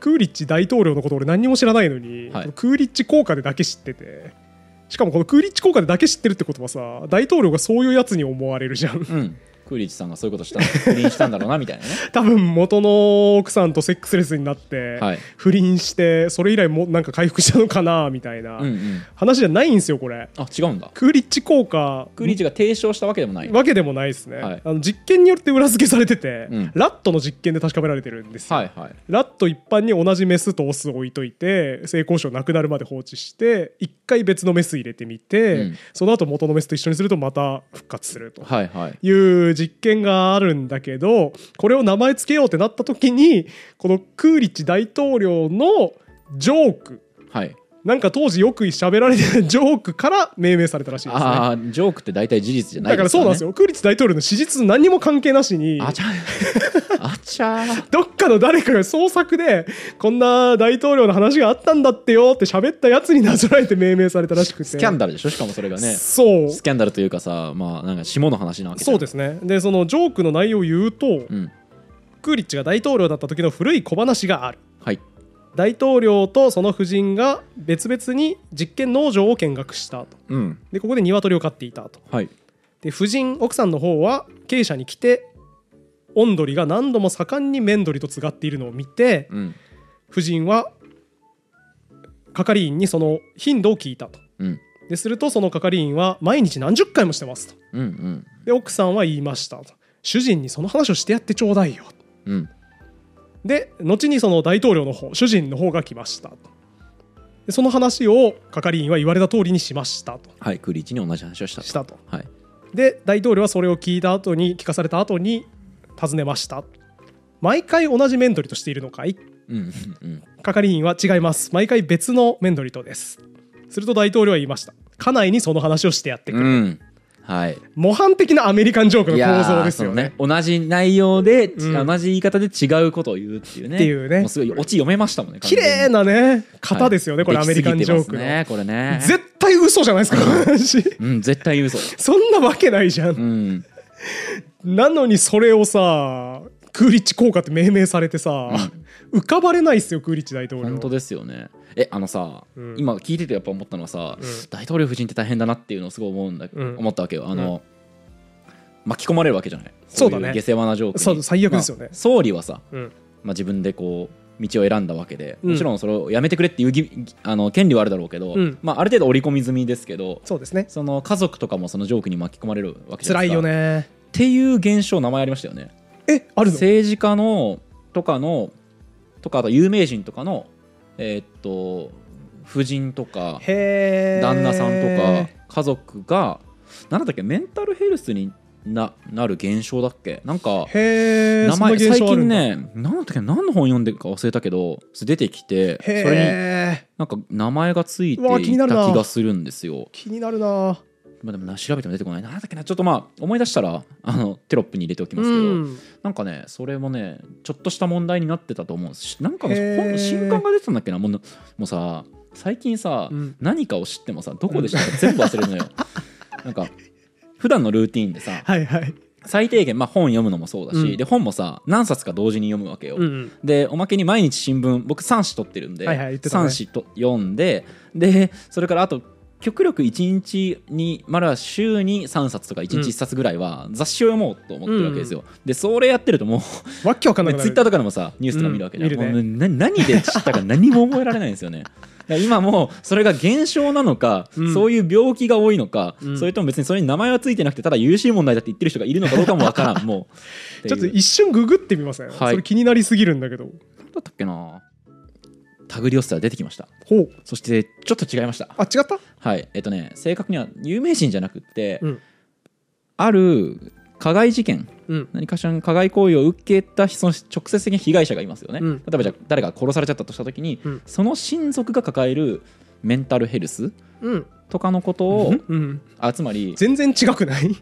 クーリッチ大統領のこと俺何にも知らないのに、
はい
クーリッチ効果でだけ知ってて
[laughs]
しかもこのクーリッチ効果でだけ知ってるってことはさ大統領がそういうやつに思われるじゃん
うん、クーリッジさんがそういうことしたら不倫したんだろうなみた
[laughs]
いなね
多分元の奥さんとセックスレスになって、
はい
不倫してそれ以来もなんか回復したのかなみたいな
うんうん
話じゃないんですよこれ
あ違うんだ
クーリッチ効果
クーリッジが提唱したわけでもないはい
わけでもないですね、
はい
あの実験によって裏付けされてて、
うん
ラットの実験で確かめられてるんですよ、
はい
ラット一般に同じメスとオスを置いといて性交渉なくなるまで放置して一回別のメス入れてみて、
うん
その後元のメスと一緒にするとまた復活すると
はいはい
いう実験があるんだけどこれを名前つけようってなった時にこのクーリッチ大統領のジョーク
はい
なんか当時よく喋られてたジョークから命名されたらしいですね。
ああージョークって大体事実じゃな
だ
い
か
で
ら
す
そう
か
な
ら
ん
ね
ですよ、クーリッチ大統領の史実何にも関係なしに
あちゃ
[laughs]
あちゃ
どっかの誰かが創作でこんな大統領の話があったんだってよって喋ったやつになぞらえて命名されたらしくて
スキャン
ダ
ダルでしょしかもそれがね
そう
スキャンダルというかさまあなんか下の話なわけ
そう
で
ですねでそのジョークの内容を言うと、
うん
クーリッチが大統領だった時の古い小話がある
はい
大統領とその夫人が別々に実験農場を見学したと
うん
でここで鶏を飼っていたと
はい
で夫人奥さんの方は鶏舎に来てオンドリが何度も盛んに面鳥とつがっているのを見て
うん
夫人は係員にその頻度を聞いたと
うん
でするとその係員は毎日何十回もしてますと
うんうん
で奥さんは言いましたと主人にその話をしてやってちょうだいよと
うん
で後にその大統領の方主人の方が来ましたとでその話を係員は言われた通りにしましたと
はいクーリッチに同じ話をした
したと
はい
で大統領はそれを聞いた後に聞かされた後に尋ねました毎回同じ面取りとしているのかい
うんうん
[laughs]
うん
係員は違います毎回別の面取りとですすると大統領は言いました家内にその話をしてやってくる、
うんはい
模範的なアメリカンジョークの
いや
構
ー
造ですよね
そう同じ内容で、
うん
同じ言い方で違うことを言うっていうね
っていうね
もうすごいオチ読めましたもんね
綺麗なね型ですよね、
はい
これアメリカンジョークの、
できすぎてますねこれね
絶対嘘じゃないですかこの話
うん絶対嘘だ
そんなわけないじゃん
うん
なのにそれをさクーリッチ効果って命名されてさ、浮かばれないっすよクーリッチ大統領
本当ですよねえあのさ、
うん
今聞いててやっぱ思ったのはさ、
うん
大統領夫人って大変だなっていうのをすごい思うんだ、
うん
思ったわけよあの、巻き込まれるわけじゃない
そうだね
い下世話なジョークに
そう最悪ですよね
まあ総理はさ、
うん
まあ、自分でこう道を選んだわけで、
うん
もちろんそれをやめてくれっていうぎあの権利はあるだろうけど、
うん
まあ、ある程度織り込み済みですけど
そうですね
その家族とかもそのジョークに巻き込まれるわけじゃな
辛
い
い
ですか
よね
っていう現象名前ありましたよね
えあるの
政治家のとかのとかあと有名人とかのえーっと夫人とか
へー
旦那さんとか家族が何だっけメンタルヘルスにななる現象だっけなんか
へー
名
そんな
前
現象
最
ある
近
んだ
ね何だったっけ何の本読んでるか忘れたけどそれ出てきてそれに
へえ
なんか名前がついて
うわ気
い
にな
た
るな
気がするんですよ。
気になるな
まあ、でもな調べても出てこないなんだっけなちょっとまあ思い出したらあのテロップに入れておきますけど、
うん
なんかねそれもねちょっとした問題になってたと思うんですしなんかの
へー
本新刊が出てたんだっけなもうなもうさ最近さ、
うん
何かを知ってもさどこで知ったか全部忘れ
[laughs]
るのよなんか普段のルーティンでさ
はいはい
最低限、まあ、本読むのもそうだし、
うん
で本もさ何冊か同時に読むわけよ、
うん
でおまけに毎日新聞僕3紙取ってるんで、
はいはい言ってたね
3紙と読んででそれからあと極力1日にまだ週に3冊とか1日1冊ぐらいは雑誌を読もうと思ってるわけですよ、でそれやってるともう
わっけわかんなくなる
ツイッターとかでもさニュースとか見るわけじゃん、
うん見るね
もうな何で知ったか何も覚えられないんですよ
[laughs]
ねだから今もうそれが現象なのか、
うん
そういう病気が多いのか、
うん
それとも別にそれに名前はついてなくてただ優しい問題だって言ってる人がいるのかどうかもわからんも
[laughs]
う
ちょっと
ていう
一瞬ググってみません、
はい
それ気になりすぎるんだけど
なんだったっけなタグリオスター出てきました
ほう
そしてちょっと違いました
あ違った
はいえっとね正確には有名人じゃなくって、
うん
ある加害事件
うん
何かしらの加害行為を受けたその直接的な被害者がいますよね、
うん
例えばじゃあ誰か殺されちゃったとした時に、
うん
その親族が抱えるメンタルヘルス
うん
とかのことを、
うん
あつまり
全然違くないん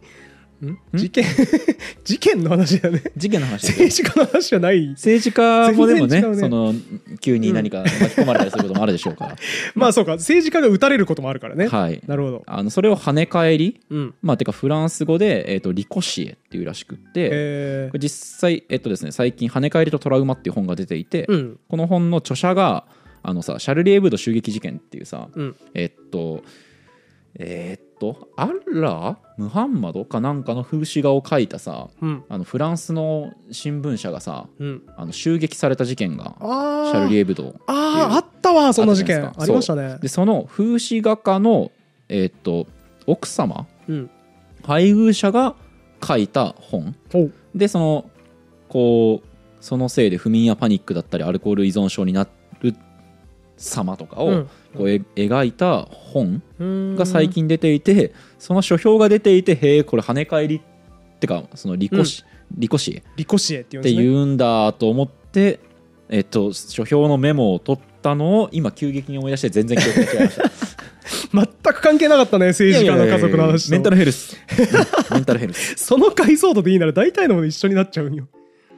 事件 [laughs] 事件の話だね
事件の話ですよ
政治家の話じゃない
政治家もでもね
全然違う [laughs] ね
その急に何か巻き込まれたりすることもあるでしょうから、
まあそうか政治家が撃たれることもあるからね、
はい
なるほど
あのそれを跳ね返り
うん
まあ、てかフランス語で、えー、とリコシエっていうらしくって、
え
これ実際、えっとですね、最近「跳ね返りとトラウマ」っていう本が出ていて、
ー、うん
この本の著者があのさシャルリー・エブド襲撃事件っていうさ、
うん
えっとえーっとアッラームハンマドかなんかの風刺画を描いたさ
うん
あのフランスの新聞社がさ
うん
あの襲撃された事件が
あ
シ
ー
ャルリエブドウ
あーあったわそんな事件
あっ
あ
たじ
りま
ゃないです
し
か
たね
でその風刺画家の、えーっと奥様
うん
配偶者が書いた本
ほう
でそのこうそのせいで不眠やパニックだったりアルコール依存症になる様とかを、
うん
こうえ描いた本
うーん
が最近出ていて、その書評が出ていてへえこれ跳ね返りってかそのリコシ、リコシ
リコシエっていうん
っ
で
て
すね
言うんだと思って、えっと、書評のメモを取ったのを今急激に思い出して全然記憶が違
[laughs]
いました
全く関係なかったね政治家 [laughs] の家族の話と
メンタルヘルスメンタルヘルス
その解像度でいいなら大体のもの一緒になっちゃうんよ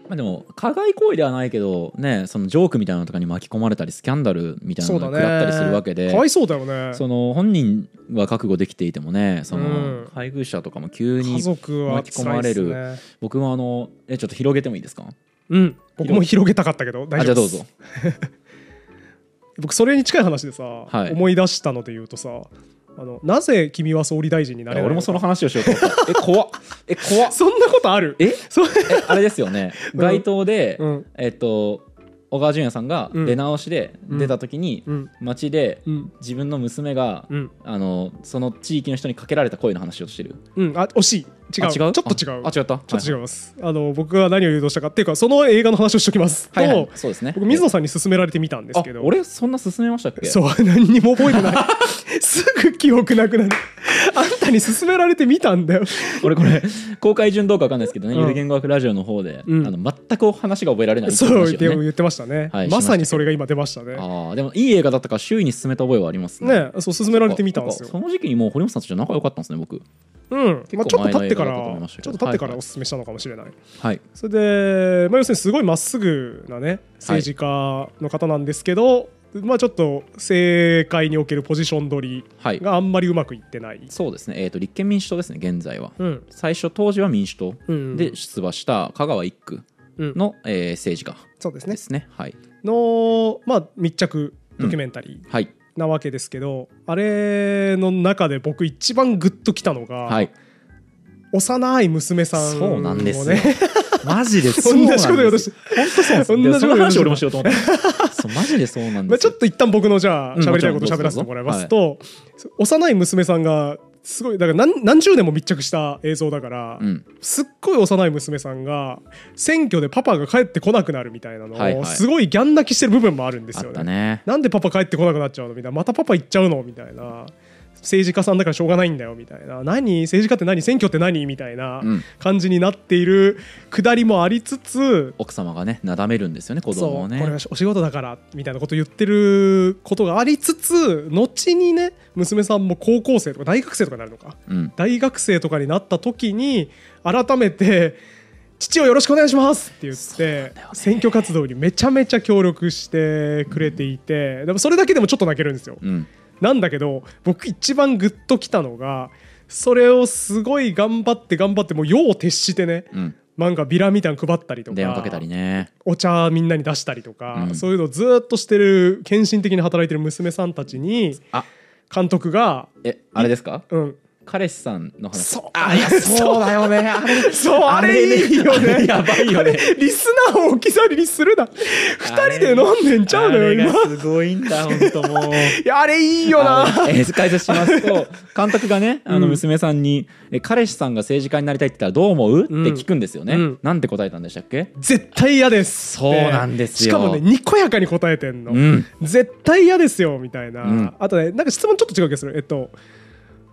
まあでも加害行為ではないけどねそのジョークみたいなのとかに巻き込まれたりスキャンダルみたいなのが食らったりするわけで
かわいそうだよね
その本人は覚悟できていてもねそ
うん
の配偶者とかも急
家
に
族は
巻き込まれる
辛いっすね
僕もあのえちょっと広げてもいいですか
うん僕も広げたかったけど大
あじ
丈夫
ゃあど
で
う
す
ぞ
僕それに近い話でさ、
い
思い出したので言うとさあのなぜ君は総理大臣になれないの
俺もその
か
話をしようと思ったえ怖っえ怖
[laughs]
っ
そんなことある
え
そ
えあれですよね
[laughs] うん
街頭で、
うん
えっと小川淳也さんが
うん
出直しで
うん
出た時に、
うん
街で
うん
自分の娘が、
うん
あのその地域の人にかけられた声の話をしてる
うんあ惜しい違う
あ
ちょっと違う
あ違った
ちょっと違い
は
ます、あの僕が何を誘導したかっていうかその映画の話をしときますと、
いはい、はいはいそうですね
僕水野さんに勧められてみたんですけど
あ俺そんな勧めましたっけ
そう [laughs] 何にも覚えてないすぐ記憶なくなる [laughs] あんたに勧められてみたんだよ
俺これ [laughs] 公開順どうかわかんないですけどね、
うん
ゆる言語学ラジオの方で、
うん
あの全くお話が覚えられないっていう
そう
話
で
を
も
ね
言ってましたね、
はい
まさに
しましたけど
それが今出ましたね
ああでもいい映画だったから周囲に勧めた覚えはありますね
ねそう勧められてみたんです
そ
よ
の時期にもう堀本さんとじゃ仲良かったんですね僕
うん、まあ、ち
結
ょ
構
っと経ってか
前の映画だと思い
ら
ましたけ
ち
ど
ょっと経ってか
はいは
ら
い
おすすめしたのかもしれない、
はい
それで、まあ、要するにすごいまっすぐなね政治家の方なんですけど、まあちょっと政界におけるポジション取
はい
りがあんまりうまくいってない、
そうですねえっ、と立憲民主党ですね現在は
うん
最初当時は民主党
うん
で出馬した香川一区
うん
の、えー政治家
そうですね
ですねはい
の、まあ、密着ドキュメンタリー
はい
なわけですけど、あれの中で僕一番グッときたのが、
はい
幼い娘さんをね
そうなんですよ
[laughs]
マジで
そんな仕事やろうとして
本当そうです
そんな仕事
でその
やろうとし
話
て
俺もしようと思ったそうマジでそうなん
ま
で
あ、
す
ちょ
よ
っと一旦僕のじゃあ
うん
喋りたいことを
もちろん
喋らせてもらいますと、幼い娘さんがすごいだから何何十年も密着した映像だから、
うん
すっごい幼い娘さんが選挙でパパが帰ってこなくなるみたいなのを、
はいはい
すごいギャン泣きしてる部分もあるんです
あ
よ
っ
ね
た。ね
なんでパパ帰ってこなくなっちゃうのみたいなまたパパ行っちゃうのみたいな政治家さんだからしょうがないんだよみたいな何政治家って何選挙って何みたいな
うん
感じになっているくだりもありつつ、
奥様がねなだめるんですよね子供
そ
を
う
ね
これはお仕事だからみたいなこと言ってることがありつつ後にね娘さんも高校生とか大学生とかになるのか
うん
大学生とかになった時に改めて「父をよろしくお願いします」って言っ
そうなんだ
て、
よね
選挙活動にめちゃめちゃ協力してくれていて、でもそれだけでもちょっと泣けるんですよ。
うん
なんだけど僕一番グッときたのがそれをすごい頑張って頑張ってもう夜を徹してね
うん
なんかビラみたいなの配ったりとか
電話かけたりね
お茶みんなに出したりとか、
うん
そういうのをずっとしてる献身的に働いてる娘さんたちに
あ
監督が
えあれですか
「うん
彼氏さんの話
そう
あいやそうだよねあれ
そうあれいいよ
あれ
ね
やばいよね
あれリスナーを置き去りにするな二人で飲んでんちゃうのよ今
あれがすごいんだ本当もう
いやあれいいよな
あのえー解説しますと監督がねあの
うん
娘さんに、え彼氏さんが政治家になりたいって言ったらどう思う?」って
うん
聞くんですよね、
うん
なんて答えたんでしたっけ
絶対嫌です
そうなんです
し
よ
かもねにこやかに答えてんの、
うん
絶対嫌ですよみたいな、
うん
あとねなんか質問ちょっと違う気がするえっと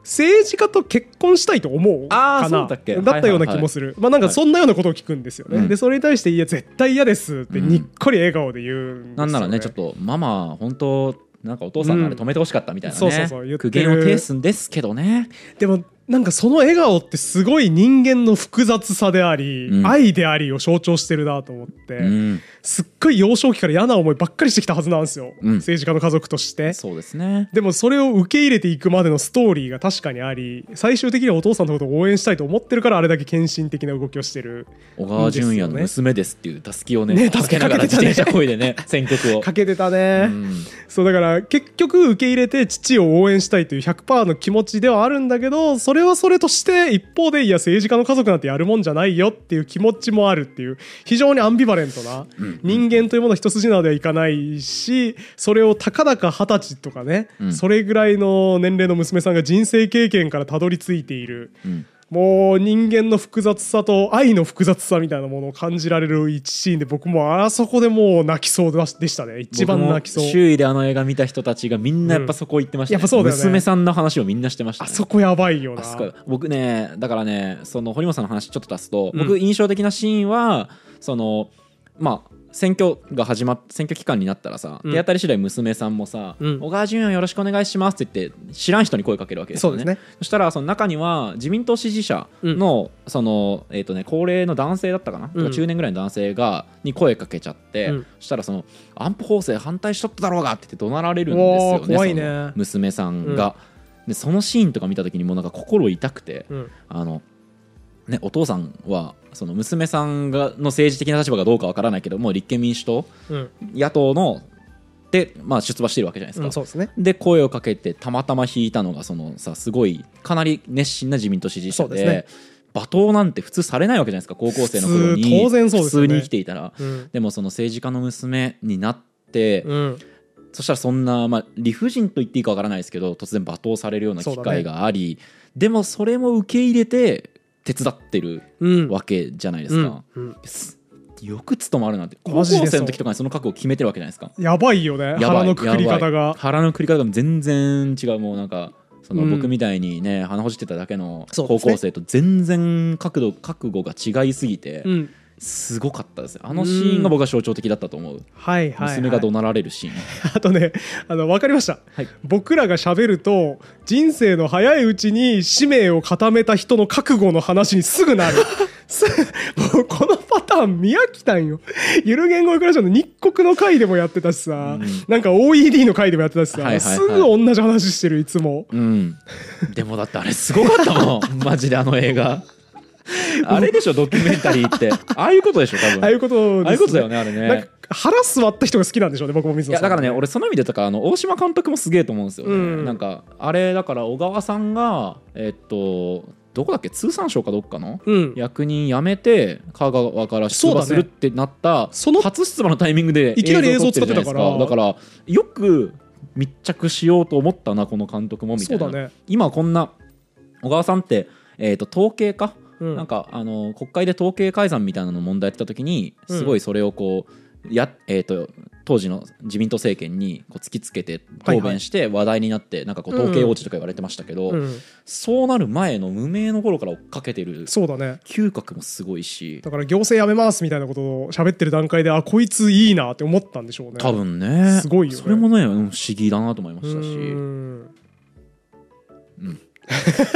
政治家と結婚したいと思う
あー
かな
そうだっけ
ったような気もする、まあなんかそんなようなことを聞くんですよね、
はい
でそれに対して「いや絶対嫌です」って
うん
にっこり笑顔で言うんですよ、ね
なんならねちょっとママ本当なんかお父さんのあれ止めてほしかったみたいなね、
うんそうそうそう言って
苦
る
言を呈すんですけどね
でもなんかその笑顔ってすごい人間の複雑さであり、
うん
愛でありを象徴してるなと思って、
うん、
すっごい幼少期から嫌な思いばっかりしてきたはずなんですよ、
うん
政治家の家族として
そうですね
でもそれを受け入れていくまでのストーリーが確かにあり最終的にはお父さんのことを応援したいと思ってるからあれだけ献身的な動きをしてる
小川淳也の娘ですっていうたすきをね
ね
かけながら
助
自
けかけてた
転
ね
車こい
[laughs]
でね選曲を。
かけてたね、
うん
そうだから結局受け入れて父を応援したいという100%の気持ちではあるんだけどそれはそれとして一方でいや政治家の家族なんてやるもんじゃないよっていう気持ちもあるっていう非常にアンビバレントな
うん
人間というものは一筋縄ではいかないしそれをたかだか二十歳とかね、
うん
それぐらいの年齢の娘さんが人生経験からたどり着いている。
うん
もう人間の複雑さと愛の複雑さみたいなものを感じられる一シーンで僕もあそこでもう泣きそうでしたね一番泣きそう
僕も周囲であの映画見た人たちがみんなやっぱそこ行ってました、ね
うんやっぱそうだよね
娘さんの話をみんなしてました、
あ
ね、
そこやばいよな
あそこ僕ねだからねその堀本さんの話ちょっと出すと、僕
う
印象的なシーンはそのまあ選挙が始まっ選挙期間になったらさ、
うん
手当たり次第娘さんもさ「
うん
小川淳也よろしくお願いします」って言って知らん人に声かけるわけですよ
そ
ね。
うですね
そしたらその中には自民党支持者の,、そのえーとね、高齢の男性だったかな、
うん
中年ぐらいの男性がに声かけちゃって、
うん
そしたらその安保法制反対しとっただろうがって言って怒鳴られるんですよ
うわ
ね
ー怖いね
その娘さんが。でそのシーンとか見た時にもうなんか心痛くて、
うん
あのね、お父さんはその娘さんがの政治的な立場がどうかわからないけどもう立憲民主党
うん
野党ので、まあ、出馬してるわけじゃないですか、
うんそうですね
で声をかけてたまたま引いたのがそのさすごいかなり熱心な自民党支持者で
そうで
罵倒なんて普通されないわけじゃないですか高校生の頃に
普通当然そうですよね
普通に生きていたら
うん
でもその政治家の娘になって、
うん
そしたらそんな、まあ、理不尽と言っていいかわからないですけど突然罵倒されるような機会があり、でもそれも受け入れて手伝ってる
うん
わけじゃないで
う
すか
ん、うん
すよく務まるなんて高校
マジでそう
生の時とかにその覚悟を決めてるわけじゃな
[laughs]
いですか
やばいよね
や
腹
ばい
のくくり方
やばい
が
腹のくくり方が全然違うもうなんかその
うん
僕みたいにね、鼻ほじってただけの
そう
高
ですね
校生と全然角度覚悟が違いすぎて、
うん
すごかったですねあのシーンが僕は象徴的だったと思う、
はいはい、はい、
娘が怒鳴られるシーン、
[laughs] あとねあの分かりました、
はい
僕らが喋ると人生の早いうちに使命を固めた人の覚悟の話にすぐな
[laughs]
るすもうこのパターン見飽きたんよゆる言語クラッシュの日国の回でもやってたしさ、なんか OED の回でもやってたしさ、
はいはいはい
すぐ同じ話してるいつも
うん、でもだってあれすごかった
[laughs]
もんマジであの映画 [laughs] あれでしょドキュメンタリーってああいうことでしょ多分
ああいうことです、
ああいうことだよねあれ
なん
ね
か腹座った人が好きなんでしょうね僕も水
い
野
や
さん
だからね俺その意味でとかあの大島監督もすげえと思うんですよね、
うん
なんかあれだから小川さんがえっとどこだっけ通産省かどっかの
うん
役人辞めて香川から出
そうだ
馬
ね
するってなった
その
初出馬のタイミングで
いきなり
を撮る
映像使ってたから
じゃないですだからよく密着しようと思ったなこの監督もみた
そ
いうな
だね
今こんな小川さんって、えー、と統計か、
うん
なんかあの国会で統計改ざんみたいなの問題やってた時に
うん
すごいそれをこうや、えー、と当時の自民党政権にこう突きつけて
はい
答弁して話題になって、なんかこう統計王子とか言われてましたけど、
うん
そうなる前の無名の頃から追っかけてる
そうだね
嗅覚もすごいし
だから行政やめますみたいなことを喋ってる段階であこいついいなって思ったんでしょうね
多分ね
すごいよね
それもねうん不思議だなと思いま
う
したし。
ーん
[laughs]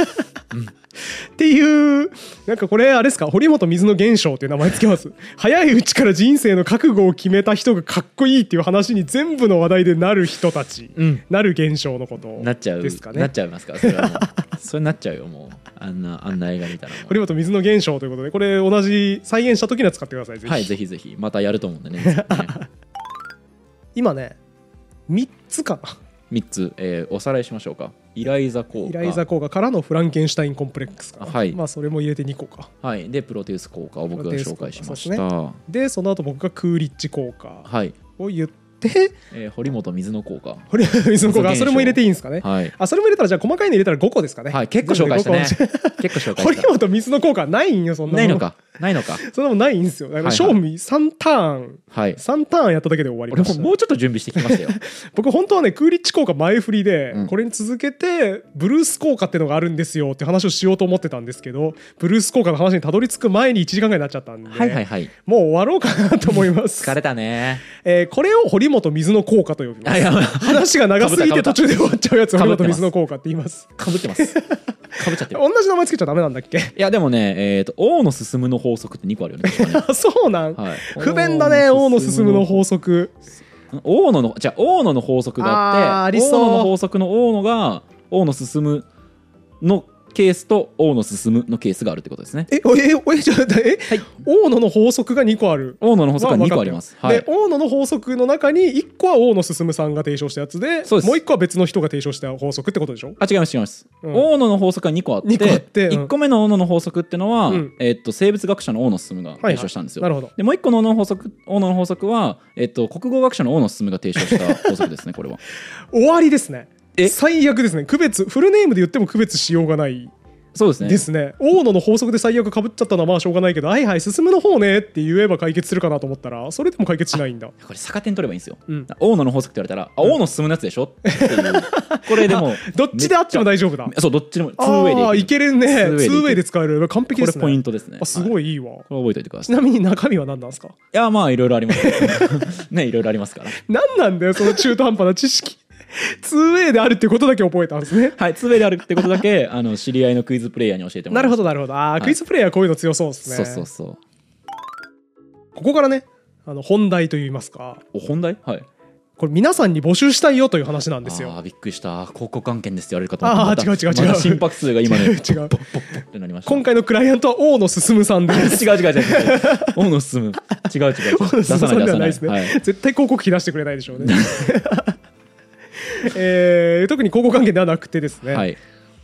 うん
っていうなんかこれあれですか堀本水の現象っていう名前つけます
[laughs]
早いうちから人生の覚悟を決めた人がかっこいいっていう話に全部の話題でなる人たち、
うん
なる現象のこと
なっちゃう
ですか
な
ね
っちゃいますからそれ
[laughs]
はもうそれなっちゃうよもうあんなあんな映画見たらもう
堀本水の現象ということでこれ同じ再現した時には使ってくださいぜひ、
はい、ぜひぜひ、またやると思うんでね。ね
[laughs] 今ね3つかな
3つ、えーおさらいしましょうか。イライザ効果。
イライザ効果からのフランケンシュタインコンプレックスかな、
はい
まあそれも入れて2個か
はい、で、プロテウス効果を僕が紹介しまし
プロテウス効
た。
でその後僕がクーリッチ効果
はい、
を言って [laughs]
えー堀本水の効果。
堀本水の効果
水の現象
あそれも入れていいんですかね、
はい、
あそれも入れたらじゃあ細かいの入れたら5個ですかね
はい、結構紹介したね
全部で5個。
[laughs] 結構紹介
堀
し
本水の効果はないんよそん
た。
なもん
ないのか、ないのか。
そんなもんないんですよだから
はいはい
賞味3ターン [laughs]
はい。
3ターンやっただけで終わり
俺
ま
も
した
もうちょっと準備してきましたよ。
僕本当はねクーリッチ効果前振りで、
うん
これに続けてブルース効果ってのがあるんですよって話をしようと思ってたんですけどブルース効果の話にたどり着く前に1時間ぐらいになっちゃったんで、
はいはいはい。
もう終わろうかなと思います
疲れたね。
えーこれを堀本水の効果と呼びま
あ、
す
やばい。
話が長すぎて途中で終わっちゃうやつ
か
堀
ぶって
本
ます
水の効果って言います [laughs]
かぶってます。かぶっちゃってる
同じ名前つけちゃダメなんだっ
[laughs]
け
いやでもね、えー、と王の進むの法則って2個あるよ
[laughs]
ね確かね
そうなん、
はい
不便だね王の進むの法則
大野のじゃあ大野の法則があ
あー
っ
あ
て
りそう
大野の法則の大野が大野進むのケースと大野進むのケースがあるってことですね
えおえおえちょっと待ってえ、
はい
大野の法則が2個ある
大野の法則は
まあ
2個あります、
分かって
はい
るで大野の法則の中に1個は大野進さんが提唱したやつで
そうです
もう1個は別の人が提唱した法則ってことでしょ
あ違います違います、
うん
大野の法則は2個あって
二個あってうん
1個目の大野の法則ってのは、
うん
えっと生物学者の大野進が提唱したんですよ、
なるほど
でもう1個の大野の法則大野の法則は、えっと国語学者の大野進が提唱した法則ですねこれは
終わりですね
え
最悪ですね区別フルネームで言っても区別しようがない
そうですね
ですね大野の法則で最悪かぶっちゃったのはまあしょうがないけど「はいはい進むの方ね」って言えば解決するかなと思ったらそれでも解決しないんだ
これ逆転取ればいいんですよ、
うん
大野の法則って言われたら「あ大野進むやつでしょ?」っていうこれでも
どっちであっても大丈夫だ
めっちゃそうどっちでもツーウェイで
ああいけるねツ
ツーウェイでいける
ーウェイで使える完璧
こ
で
れ
すね
ポイントですね
あす
はい
ごいいいわ
これ覚えておいてくださ
ち
いい
なみに中身は何なんですか
やまあいろいろありますねいろいろありますから
何なんだよその中途半端な知識 [laughs] 2way であるっていうことだけ覚えたんですね
はいツーウェイであるってことだけあの知り合いのクイズプレイヤーに教えてもら
ない
ま
るほ
した
どなるほどあー、
い
クイズプレイヤーこういうの強そうですね
そうそうそう
ここからねあの本題といいますか
お本題はい
これ皆さんに募集したいよという話なんですよ
あーびっくりした広告案件ですって言われるかと思った
あー
また
違う違う違う
また心拍数が今ね
違う
ポッポッポッポッってなりました
今回のクライアントは大野進さんです
違う違う違う違う大野進む違う違う違う
大
出
野
さ
進
な
さんで
い
は
出
な
さ
い
ない
ですね、
はい
絶対広告費出してくれないでしょうね [laughs] えー特に広告関係ではなくてですね、
はい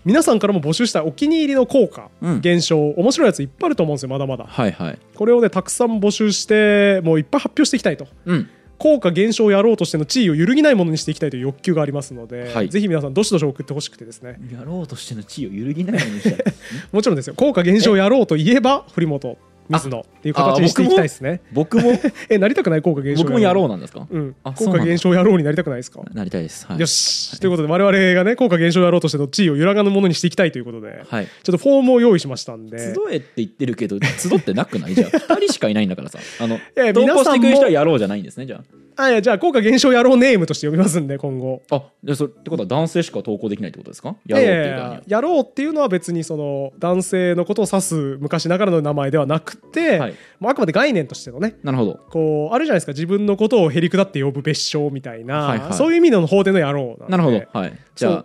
皆さんからも募集したお気に入りの効果、
うん
現象面白いやついっぱいあると思うんですよまだまだ
はいはい
これをねたくさん募集してもういっぱい発表していきたいと
うん
効果減少をやろうとしての地位を揺るぎないものにしていきたいという欲求がありますので、
はい
ぜひ皆さんどしどし送ってほしくてですね
やろうとしての地位を揺るぎないようにしたいですね
もちろんですよ効果減少をやろうといえば堀本水野っていう形にしていきたいですね
[laughs]
[laughs]
僕も
えなりたくない効果減少
僕もやろうなんですか、
う、うん
あ、そう
効
なん
果
だ
減少やろうになりたくないですか
なりたいですはい
よし、ということで我々がね効果減少をやろうとしての地位を揺らがぬものにしていきたいということで、
はい
ちょっとフォームを用意しましたんで
集えって言ってるけど集ってなくないじゃあ2人しかいないんだ
[laughs]
からさあの
や
投稿
皆
し
さ
て
ん
く
も
る人はやろうじゃないんですねじゃ
あいやじゃあ効果減少やろうネームとして呼びますんで今後
ああでそれってことは男性しか投稿できないってことですか
い
や
やい
ろうって
や
い
いう
からには
ややろうっていうのは別にその男性のことを指す昔ながらの名前ではなくて、
はい
もうあくまで概念としてのね
なるほど
こうあるじゃないですか自分のことをへりくだって呼ぶ別称みたいな、
はいはい
そういう意味の方でのやろう
なるほどはいじゃあ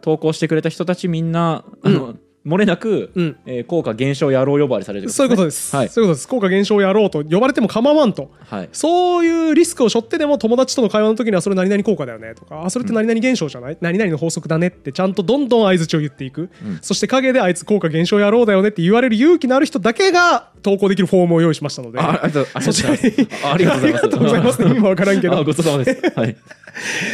投稿してくれた人たちみんなあの、漏れなく、
うん
えー効果減少やろう呼ばわりされる
そういうことです、
はい
そういうことです効果減少をやろうと呼ばれても構わんと
はい
そういうリスクを背負ってでも友達との会話の時にはそれ何々効果だよねとかあそれって何々現象じゃない、何々の法則だねってちゃんとどんどん相づちを言っていく、
うん
そして陰であいつ効果減少野郎だよねって言われる勇気のある人だけが投稿できるフォームを用意しましたので
あありがとう
そちらに
ありが
あ
とうございます
りがとうございます意味わからんけど
あごちそうさ
[laughs]
まですはい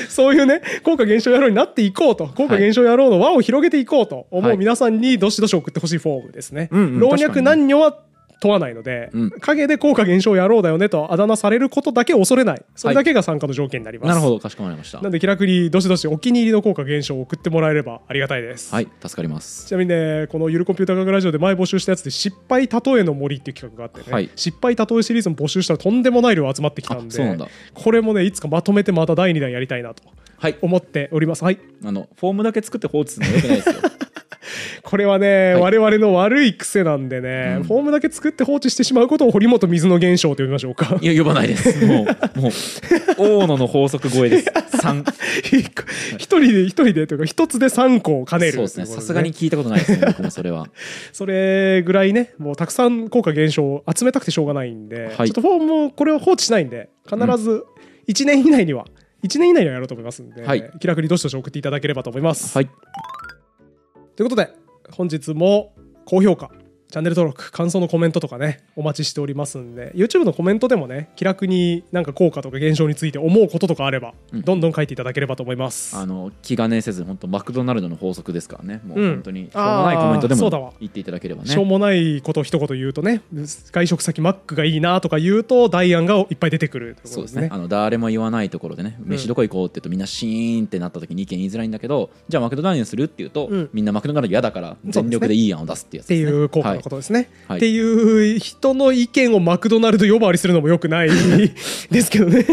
そういうね効果減少野郎になっていこうと効果減少野郎の輪を広げていこうと思
はいう
皆さんにどしどし送ってほしいフォームですね、
うんうん
老
確か
若
に
男女は問わないので、
うん
陰で効果減少野郎だよねとあだ名されることだけ恐れないそれだけが参加の条件になります、
なるほどかしこまりました
なんで気楽にどしどしお気に入りの効果減少を送ってもらえればありがたいです、
はい助かります
ちなみにねこのゆるコンピューター科学ラジオで前募集したやつで失敗たとえの森っていう企画があってね、
はい
失敗たとえシリーズも募集したらとんでもない量集まってきたん
あ
で
そうなんだ
これもねいつかまとめてまた第2弾やりたいなと
はい
思っておりますはい
あのフォームだけ作って放置するのよくない
[laughs]
ですよ
これはね、
はい
我々の悪い癖なんでね、
うん
フォームだけ作って放置してしまうことを堀本水の現象と呼びましょうか
いや呼ばないです [laughs] もうもう大野の法則超
[laughs]
えです3
一個 [laughs] 一人で一人でというか一つで3個を兼ねる
そうですね
ということ
さすがに聞いたことないです
[laughs]
ね僕もそれは
それぐらいねもうたくさん効果減少を集めたくてしょうがないんで、
は
ち
い
ょっとフォームをこれを放置しないんで必ず1年以内には、1年以内にはやろうと思いますんで、
はい
気楽にどしどし送っていただければと思います、
はい
ということで本日も高評価チャンネル登録感想のコメントとかねお待ちしておりますんで YouTube のコメントでもね気楽になんか効果とか現象について思うこととかあれば、
うん
どんどん書いていただければと思います
あの気兼ねせず本当マクドナルドの法則ですからねもう
うん
本当にしょうもないコメントで
あーそうだわ
も言っていただければね
しょうもないことを一言言うとね外食先マックがいいなとか言うとダイアンがいっぱい出てくるといこ
そ
と
うですねあの誰も言わないところでね飯どこ行こうって言うとみんなシーンってなった時に意見言いづらいんだけどじゃあマクドナルドにするっていうと
うん
みんなマクドナルド嫌だか
そう
ら
ですね
全力でいい案を出すってや
っ
つ
て
です
い
ね
う効果ののことですね。
はい
っていう人の意見をマクドナルド呼ばわりするのもよく
[laughs]
ないですけどね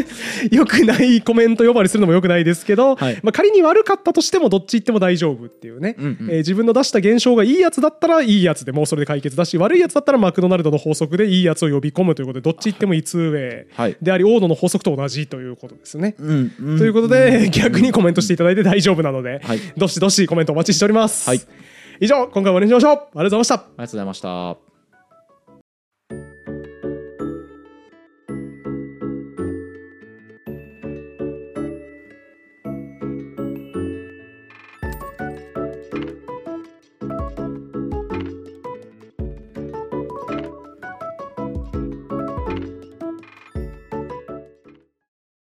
よくないコメント呼ばわりするのもよくないですけど、
はい
まあ、仮に悪かったとしてもどっち行っても大丈夫っていうね、
うんうん
えー自分の出した現象がいいやつだったらいいやつでもうそれで解決だし悪いやつだったらマクドナルドの法則でいいやつを呼び込むということでどっち行っても 2way
はい
であり王道の法則と同じということですね。
うんうん
ということで、逆にコメントしていただいて大丈夫なので、
はい
どしどしコメントお待ちしております。
はい
以上今回もお願いしましょうありがとうございました
ありがとうございました。